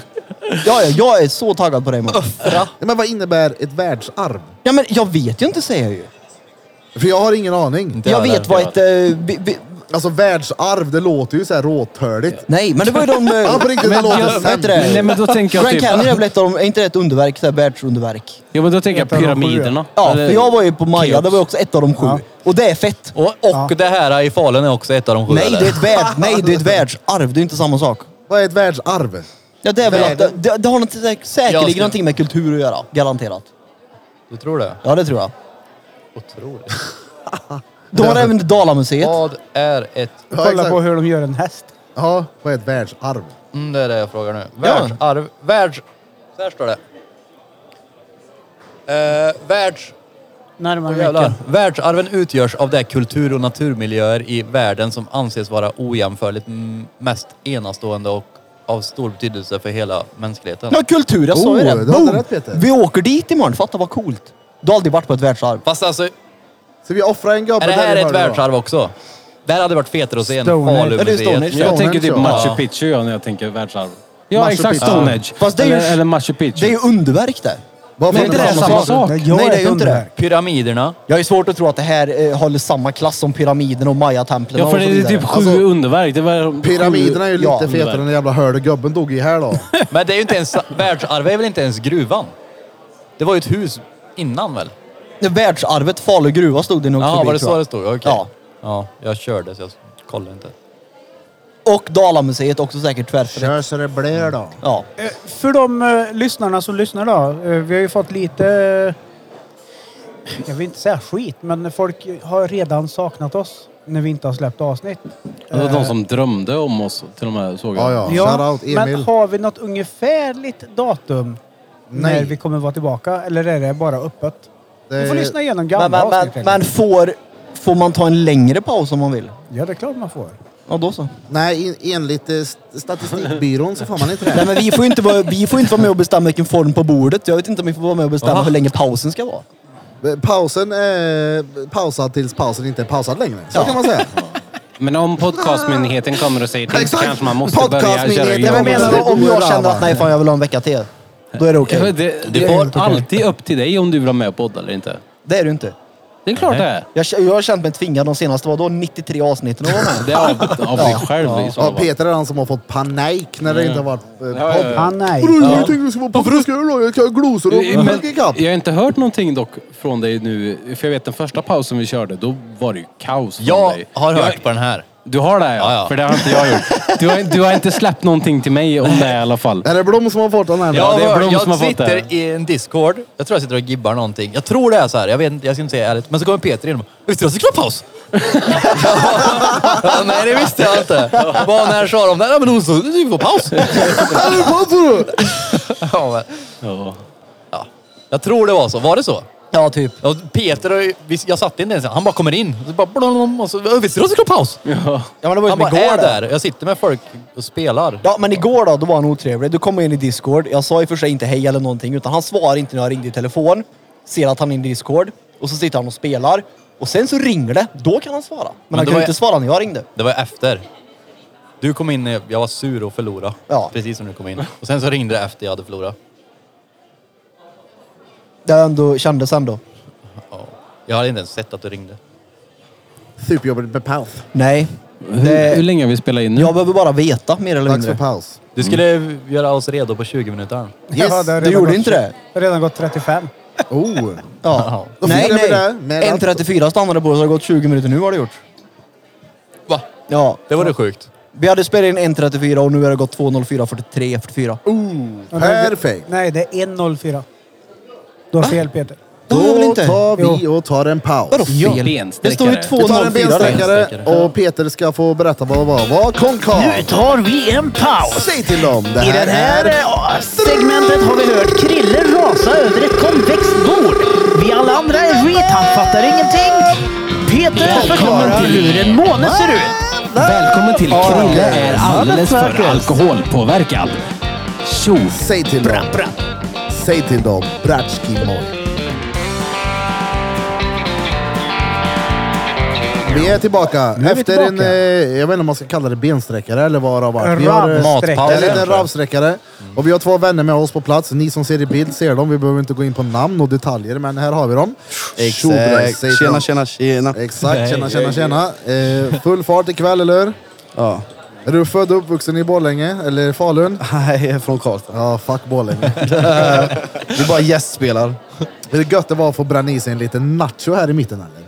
S6: Ja, ja, jag är så taggad på dig man.
S1: Ja, men vad innebär ett världsarv?
S6: Ja, men jag vet ju inte säger jag ju.
S1: För jag har ingen aning.
S4: Det
S6: Jag
S4: har
S6: vet
S4: det.
S6: vad ett... eh, bi- bi-
S1: Alltså världsarv, det låter ju så här råtörligt.
S6: Nej, men det var ju de... eh,
S1: Ja, på riktigt, det låter
S6: vad heter
S1: sämst.
S6: det?
S7: Nej men då tänker jag
S6: Grand
S7: typ...
S6: Canyon är väl ett av de, är inte det ett underverk? Så här, världsunderverk.
S7: Jo men då tänker jag pyramiderna.
S6: Ja,
S7: Eller-
S6: för jag var ju på Maja, det var ju också ett av de sju.
S5: Ja.
S6: Och det är fett.
S4: Och, och det här i Falun är också ett av de sju.
S6: Nej,
S4: eller?
S6: det är ett, värld, nej, det är ett världsarv. Det är inte samma sak.
S1: Vad är ett världsarv?
S6: Ja, det är väl att, det,
S1: Världen.
S6: det, det har något, sä-
S4: Jag
S6: säkerligen
S4: ska-
S6: någonting med kultur att göra. Garanterat.
S4: Du tror det?
S6: Ja, det tror jag. De har även Dalamuseet.
S4: Vad är ett...
S1: Ja,
S5: Kolla
S1: exakt.
S5: på hur de gör en häst.
S1: Ja, vad är ett världsarv?
S4: Mm, det är det jag frågar nu. Världsarv... Världs... Så här står det. Uh, världs...
S5: Närmare
S4: Åh, jävlar.
S5: micken.
S4: Världsarven utgörs av de kultur och naturmiljöer i världen som anses vara ojämförligt m- mest enastående och av stor betydelse för hela mänskligheten.
S6: Ja, kultur. Jag sa ju
S1: Oh,
S6: det.
S1: du hade rätt, Peter.
S6: Vi åker dit imorgon. Fatta vad coolt. Du har aldrig varit på ett världsarv.
S4: Fast alltså,
S1: Så vi offrar en gubbe
S4: är det här
S1: där i
S4: ett
S1: hörnet då?
S4: världsarv också? Det här hade varit fetare att se än
S5: Stone Age.
S6: Ja, det är Stone Age.
S4: Falumuseet.
S7: Jag
S1: Stonehenge,
S7: tänker typ
S1: ja.
S7: Machu Picchu jag, när jag tänker världsarv. Ja
S1: Machu
S7: exakt
S1: Picchu.
S7: Stonehenge.
S6: Fast det är ju-
S7: eller, eller Machu
S6: Det är
S7: Picchu.
S6: ju underverk där.
S1: Varför
S7: Men är inte det
S1: samma
S7: samma sak?
S5: Nej, jag
S6: Nej,
S5: är
S6: det är
S5: ett
S6: ju inte det.
S5: underverk.
S4: Pyramiderna.
S6: Jag har ju svårt att tro att det här eh, håller samma klass som pyramiden och Maya-templen
S7: Ja för
S6: och så
S7: det är
S6: vidare.
S7: typ sju underverk. Det var
S1: Pyramiderna är ju lite
S6: Ja,
S1: fetare än den jävla hörde gubben dog i här då.
S4: Men det är ju inte ens... Världsarv är väl inte ens gruvan? Det var ju ett hus innan väl?
S6: Världsarvet Falu gruva stod det nog
S4: Ja,
S6: förbi,
S4: var det
S6: tror
S4: så
S6: jag.
S4: det stod? Okej.
S6: Ja.
S4: Ja. jag körde så jag kollade inte.
S6: Och Dalamuseet också säkert tvärs.
S1: Kör så det blöder då.
S6: Ja.
S5: Eh, För de eh, lyssnarna som lyssnar då. eh, vi har ju fått lite... eh, jag vill inte säga skit, men folk har redan saknat oss när vi inte har släppt avsnitt.
S7: Det var de som drömde om oss till de här såg
S1: Ja,
S7: jag.
S1: ja.
S5: Ja,
S1: Shoutout
S5: men
S1: Emil.
S5: har vi något ungefärligt datum
S1: Nej.
S5: när vi kommer vara tillbaka? Eller är det bara öppet?
S1: Det
S5: Vi får
S1: är-
S5: lyssna igenom
S6: Men,
S5: gamla
S6: men, men,
S5: avsnitt.
S6: men får, får man ta en längre paus om man vill?
S5: Ja, det är klart man får.
S6: Ja, då så.
S1: Nej, en- enligt eh, st- statistikbyrån så får man inte det.
S6: Nej, men vi får ju inte vara, vi får inte vara med och bestämma vilken form på bordet. Jag vet inte om vi får vara med och bestämma hur länge pausen ska vara.
S1: Eh, Pausen är pausad tills pausen inte är pausad längre. Så kan man säga.
S7: Men om podcastmyndigheten kommer och säger till så
S1: Exakt.
S7: kanske man måste börja köra
S1: Podcastmyndigheten,
S7: igång.
S1: vad
S6: Jag
S1: menar du?
S6: menar, om jag känner att nej fan jag vill ha en vecka till. Då är det okej.
S7: Ja, Det, det var alltid upp till dig om du vill vara med och podda eller inte.
S6: Det är det inte.
S7: Det är klart det är.
S6: Jag, jag har känt mig tvingad de senaste, vadå, 93 avsnitten att vara med.
S7: Det är av, av dig själv i så
S1: Ja,
S7: fall.
S1: Peter är han som har fått panik när det inte har varit eh,
S7: Ja, ja,
S1: podd.
S7: ja.
S5: Ah, nej.
S1: Vadå, jag tänkte det skulle vara på fruskar då? Jag kan glosor och
S7: Men
S1: hugga ikapp.
S7: jag har inte hört någonting dock från dig nu. För jag vet den första pausen vi körde, då var det ju kaos från
S4: Jag
S7: dig.
S4: har hört
S7: Jag-
S4: på den här.
S7: Du har det
S4: Ja,
S7: ja,
S4: ja.
S7: för det har inte jag gjort. Du har, du har inte släppt någonting till mig om det i alla fall.
S1: Är det Blom som har fått den här? nu?
S4: Jag,
S7: det är
S4: hör,
S7: Blom som
S4: jag
S7: har fått det här.
S4: sitter i en discord. Jag tror jag sitter och gibbar någonting. Jag tror det är så här. Jag vet inte, jag ska inte säga ärligt. Men så kommer Peter in och bara, Visste du att det skulle vara paus? ja, nej, det visste jag inte. Bara när sa de det? Nej, men hon sa det var paus.
S1: Är det paus då?
S4: ja, men,
S7: Ja.
S4: jag tror det var så. Var det så?
S6: Ja, typ.
S4: Ja, Peter, och, visst, jag satt inte ens. Han bara kommer in. Och så bara, blom, och så, visste du att det skulle vara paus?
S6: Ja, men det var ju
S4: Han
S6: som
S4: bara
S6: igår
S4: är
S6: där.
S4: där. Jag sitter med folk och spelar.
S6: Ja, men igår då, då var han otrevlig. Du kom in i Discord. Jag sa i och för sig inte hej eller någonting, utan han svarar inte när jag ringde i telefon. Ser att han är i Discord. Och så sitter han och spelar. Och sen så ringer det. Då kan han svara. Men, han
S4: det
S6: kunde
S4: var-
S6: inte svara när jag ringde.
S4: Det var efter. Du kom in, när jag var sur och förlorade.
S6: Ja.
S4: Precis som du kom in. Och sen så ringde det efter jag hade förlorat.
S6: Det ändå kändes ändå.
S4: Jag hade inte ens sett att du ringde.
S1: Superjobbigt med paus.
S6: Nej.
S7: Hur, hur länge har vi spelat in nu?
S6: Jag behöver bara veta mer eller
S1: Dags för
S6: mindre.
S1: paus.
S4: Du skulle göra oss redo på 20 minuter.
S1: Yes.
S5: Ja, det har
S6: Du
S5: redan
S6: gjorde
S5: gått
S6: inte det?
S5: 20 Det har redan gått 35.
S1: Oh.
S6: Ja.
S1: Då
S6: Nej,
S1: firar vi
S6: nej.
S1: det med att-
S6: 1.34 stannade på så har det gått 20 minuter nu har det gjort.
S4: Va?
S6: Ja.
S4: Det var det sjukt.
S6: Vi hade spelat in 1.34 och nu har det gått 2.04.43, 44.
S1: Oh, Perfekt.
S5: Nej, det är 1.04. Du har fel Peter.
S6: Då är det väl inte?
S1: tar vi och tar en paus.
S6: Vadå fel? Det står ju
S7: Bensträckare.
S1: Vi tar en
S6: 2.04 där.
S1: bensträckare och Peter ska få berätta vad det var. Vad kom
S2: Nu tar vi en paus.
S1: Säg till dem. Det
S2: I
S1: här,
S2: det här
S1: är...
S2: eh, segmentet har vi hört Krille rasa över ett konvext bord. Vi alla andra är skit, han fattar ingenting. Peter förklarar hur en måne ser ut.
S7: Välkommen till Krille är alldeles för
S2: Motherfuckers.
S7: alkoholpåverkad. Tjo!
S1: Säg till dem. Säg till dem. Bratski Moj. Vi är tillbaka
S5: är vi
S1: efter en,
S5: tillbaka.
S1: eh, jag vet inte om man ska kalla det bensträckare eller vad det har varit. Vi har, eh,
S5: Ramsträckare.
S1: en
S4: Matpaus.
S1: liten ravsträckare. Och vi har två vänner med oss på plats. Ni som ser i bild ser dem. Vi behöver inte gå in på namn och detaljer, men här har vi dem. Tjobra, säg till dem.
S11: Tjena, tjena, tjena.
S1: Exakt, tjena tjena tjena. Eh, full fart ikväll eller hur?
S11: Ja.
S1: Är du född och uppvuxen i Borlänge eller Falun?
S11: Nej, jag är från Karlstad.
S1: Ja, fuck Borlänge.
S11: Vi bara gästspelar.
S1: Hur gött det var att få bränna i sig en liten nacho här i mitten eller?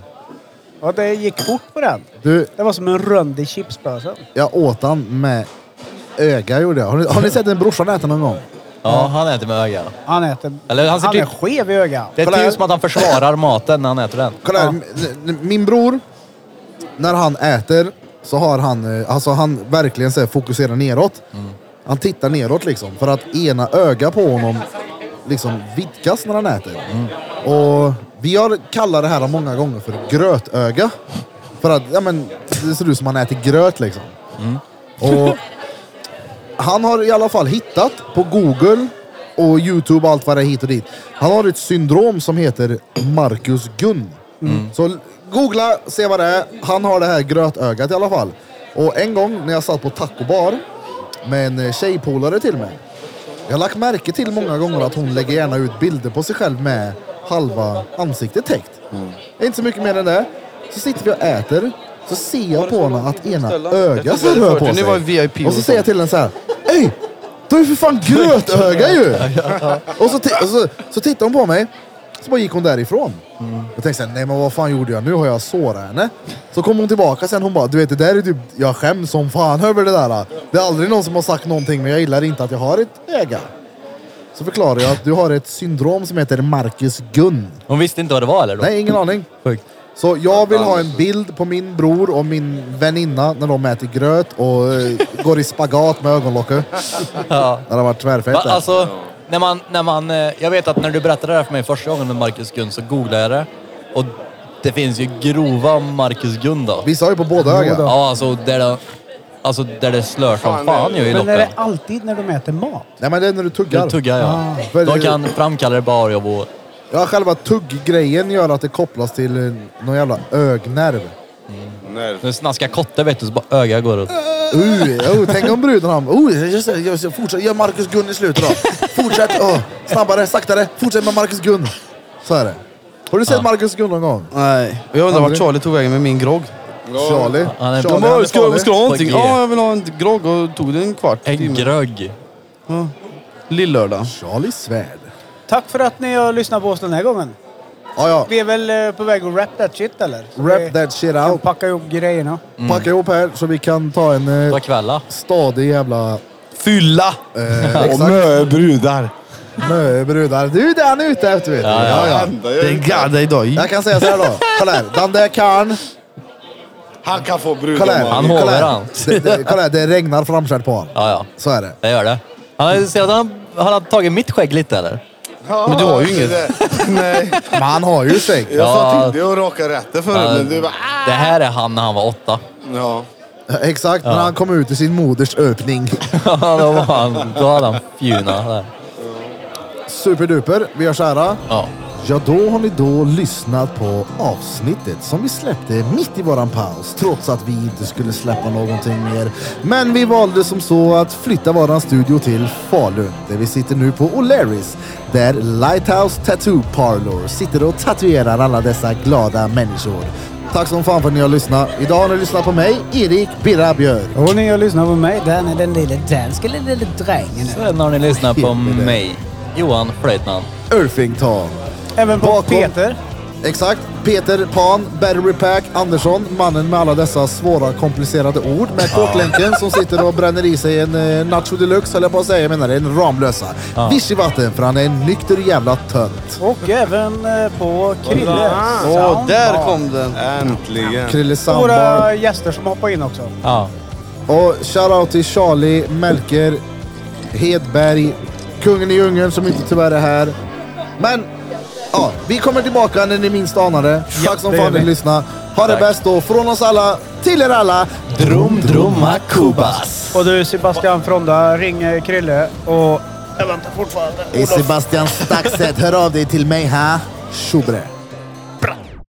S5: Ja, det gick fort på den.
S1: Du,
S5: Det var som en rund i chipspåsen.
S1: jag åt den med öga gjorde jag. Har ni, har ni sett en brorsan äta någon gång?
S4: Ja, han äter med öga.
S5: Han äter...
S4: Eller han ser
S5: är
S4: typ...
S5: skev i ögat.
S4: Det
S1: Kolla
S4: är
S1: här.
S4: typ som att han försvarar maten när han äter den.
S1: Kolla här, min, min bror, när han äter så har han, eh, alltså han verkligen så här, fokuserar neråt. Han tittar neråt liksom för att ena öga på honom liksom vidgas när han äter. Och vi har kallat det här många gånger för grötöga. För att, ja men, det ser ut som han äter gröt liksom. Och han har i alla fall hittat på Google och Youtube och allt vad det är hit och dit. Han har ett syndrom som heter Marcus Gunn. Så l- googla, se vad det är. Han har det här grötögat i alla fall. Och en gång när jag satt på tacobar med en eh, tjejpolare till mig. Jag har lagt märke till många gånger att hon lägger gärna ut bilder på sig själv med halva ansiktet täckt. Det är inte så mycket mer än det. Så sitter vi och äter. Så ser jag på henne att ena ögat så rör på sig.
S11: Nu var VIP
S1: Och så säger jag till den så här. Ey! Du är ju för fan grötöga ju! och så, ti- och så, så tittar hon på mig. Så bara gick hon därifrån. Jag tänkte såhär, nej men vad fan gjorde jag nu? Har jag sårat henne? Så kom hon tillbaka sen, hon bara, du vet det där är typ, jag skäms som fan över det där. Det är aldrig någon som har sagt någonting men jag gillar inte att jag har ett öga. Så förklarar jag att du har ett syndrom som heter Marcus Gunn.
S4: Hon visste inte vad det var eller? Då?
S1: Nej, ingen aning.
S4: Sjukt.
S1: Så jag vill ha en
S4: Alltså.
S1: bild på min bror och min väninna när de äter gröt och eh, går i spagat med ögonlocket.
S4: Ja.
S1: Det hade varit tvärfett.
S4: Va,
S1: där.
S4: alltså, när man, när man, eh, jag vet att när du berättade det här för mig första gången med Marcus Gunn så googlade jag det. Och det finns ju grova Marcus Gunn då.
S1: Vissa har ju på båda ögonen.
S4: Ja, alltså där det, alltså, där det slör som fan ju i
S5: Men är
S4: locken.
S5: det alltid när de äter mat?
S1: Nej men det är när du tuggar. Ah.
S4: Det tuggar jag.
S1: För
S4: De
S1: det-
S4: kan framkalla det bara jag och...
S1: Ja, själva tugggrejen gör att det kopplas till eh, någon jävla ögnerv.
S4: Nu snaskar kotte vet du så bara ögat går åt.
S1: Uh, oh, tänk om bruden har... Oh, just det, just det, fortsätt. Gör Marcus Gunn i slutet då. Fortsätt. Oh, snabbare, saktare. Fortsätt med Marcus Gunn. Så är det. Har du sett Marcus Gunn någon gång?
S11: Nej. Och jag undrar vart Charlie tog vägen med min grogg.
S1: Charlie.
S4: Han
S1: Charlie,
S4: är- De
S1: han är
S11: Vad ska, vad
S1: farlig.
S11: ska du ha någonting?
S4: På G.
S11: Ja, jag vill ha en grogg och tog det en kvart.
S4: En
S11: timme.
S4: typ grögg.
S11: Lill-lördag.
S1: Charlie Svärd.
S5: Tack för att ni har lyssnat på oss den här gången.
S1: Ja, ja.
S5: Vi är väl eh, på väg att wrap that shit eller? Så vi
S1: Wrap that shit
S5: kan
S1: out.
S5: Packa ihop grejerna.
S4: Mm.
S1: Packa ihop här så vi kan ta en eh,
S4: Vad kvälla.
S1: stadig jävla...
S11: Fylla!
S1: Eh, exakt.
S11: Mö brudar.
S1: Möbrudar. Du är det han är ute efter vet du. Ja, ja.
S11: Det är gadda idag.
S1: Jag kan säga så här då. Kolla här. Den där karln.
S11: Han kan få brudar.
S1: Kolla här.
S4: Han
S1: Kolla
S4: håller
S1: här.
S4: han.
S1: Det, det, kolla här. Det regnar framskärp på honom.
S4: Ja, ja.
S1: Så är det.
S4: Det gör det. Han, ser att han, han har tagit mitt skägg lite eller?
S11: Men du har ju inget.
S12: Nej,
S1: Men han har ju skägg.
S12: jag
S4: Ja.
S12: sa till dig att raka rätter förut,
S4: Ja.
S12: men du bara... "Ah."
S4: Det här är han när han var åtta.
S12: Ja.
S1: Ja, Exakt, när han kom ut i sin moders öppning.
S4: Ja, då, var han, då hade han fjuna där.
S1: Superduper, vi gör så här.
S4: Ja.
S1: Ja, då har ni då lyssnat på avsnittet som vi släppte mitt i våran paus, trots att vi inte skulle släppa någonting mer. Men vi valde som så att flytta våran studio till Falun, där vi sitter nu på O'Learys, där Lighthouse Tattoo Parlor sitter och tatuerar alla dessa glada människor. Tack som fan för att ni har lyssnat. Idag har ni lyssnat på mig, Erik Birra Björk.
S5: Och ni har lyssnat på mig, Danne den lille danske lille drängen.
S4: Sen har ni lyssnat på mig, Johan Flöjtman.
S1: Örfington.
S5: Även på Peter.
S1: Exakt. Peter Pan, Battery Pack, Andersson, mannen med alla dessa svåra komplicerade ord med
S2: Ja.
S1: kåklänken som sitter och bränner i sig en eh, nacho deluxe, höll jag på att säga, jag menar en Ramlösa.
S5: Ja.
S1: Visch i vatten, för han är en nykter jävla tönt.
S5: Och även eh, på Krille.
S1: Åh,
S5: Soundbar.
S1: där kom
S11: den! Äntligen!
S1: Krille
S5: Våra
S1: Soundbar.
S5: gäster som hoppar in också.
S4: Ja.
S1: Och shoutout till Charlie, Melker, Hedberg, kungen i djungeln som inte tyvärr är här. Men ja, vi kommer tillbaka när ni minst anar det. Tack som
S2: det gör
S1: fan för att
S2: vi.
S1: ni lyssnade. Ha det
S2: Tack.
S1: bäst då, från oss alla till er alla.
S4: Drum, drumma, kubas.
S5: Och du Sebastian Fronda, ring eh, Krille och... Jag väntar fortfarande.
S3: Sebastian Staxet, hör av dig till mig, ha?
S1: Tjobre.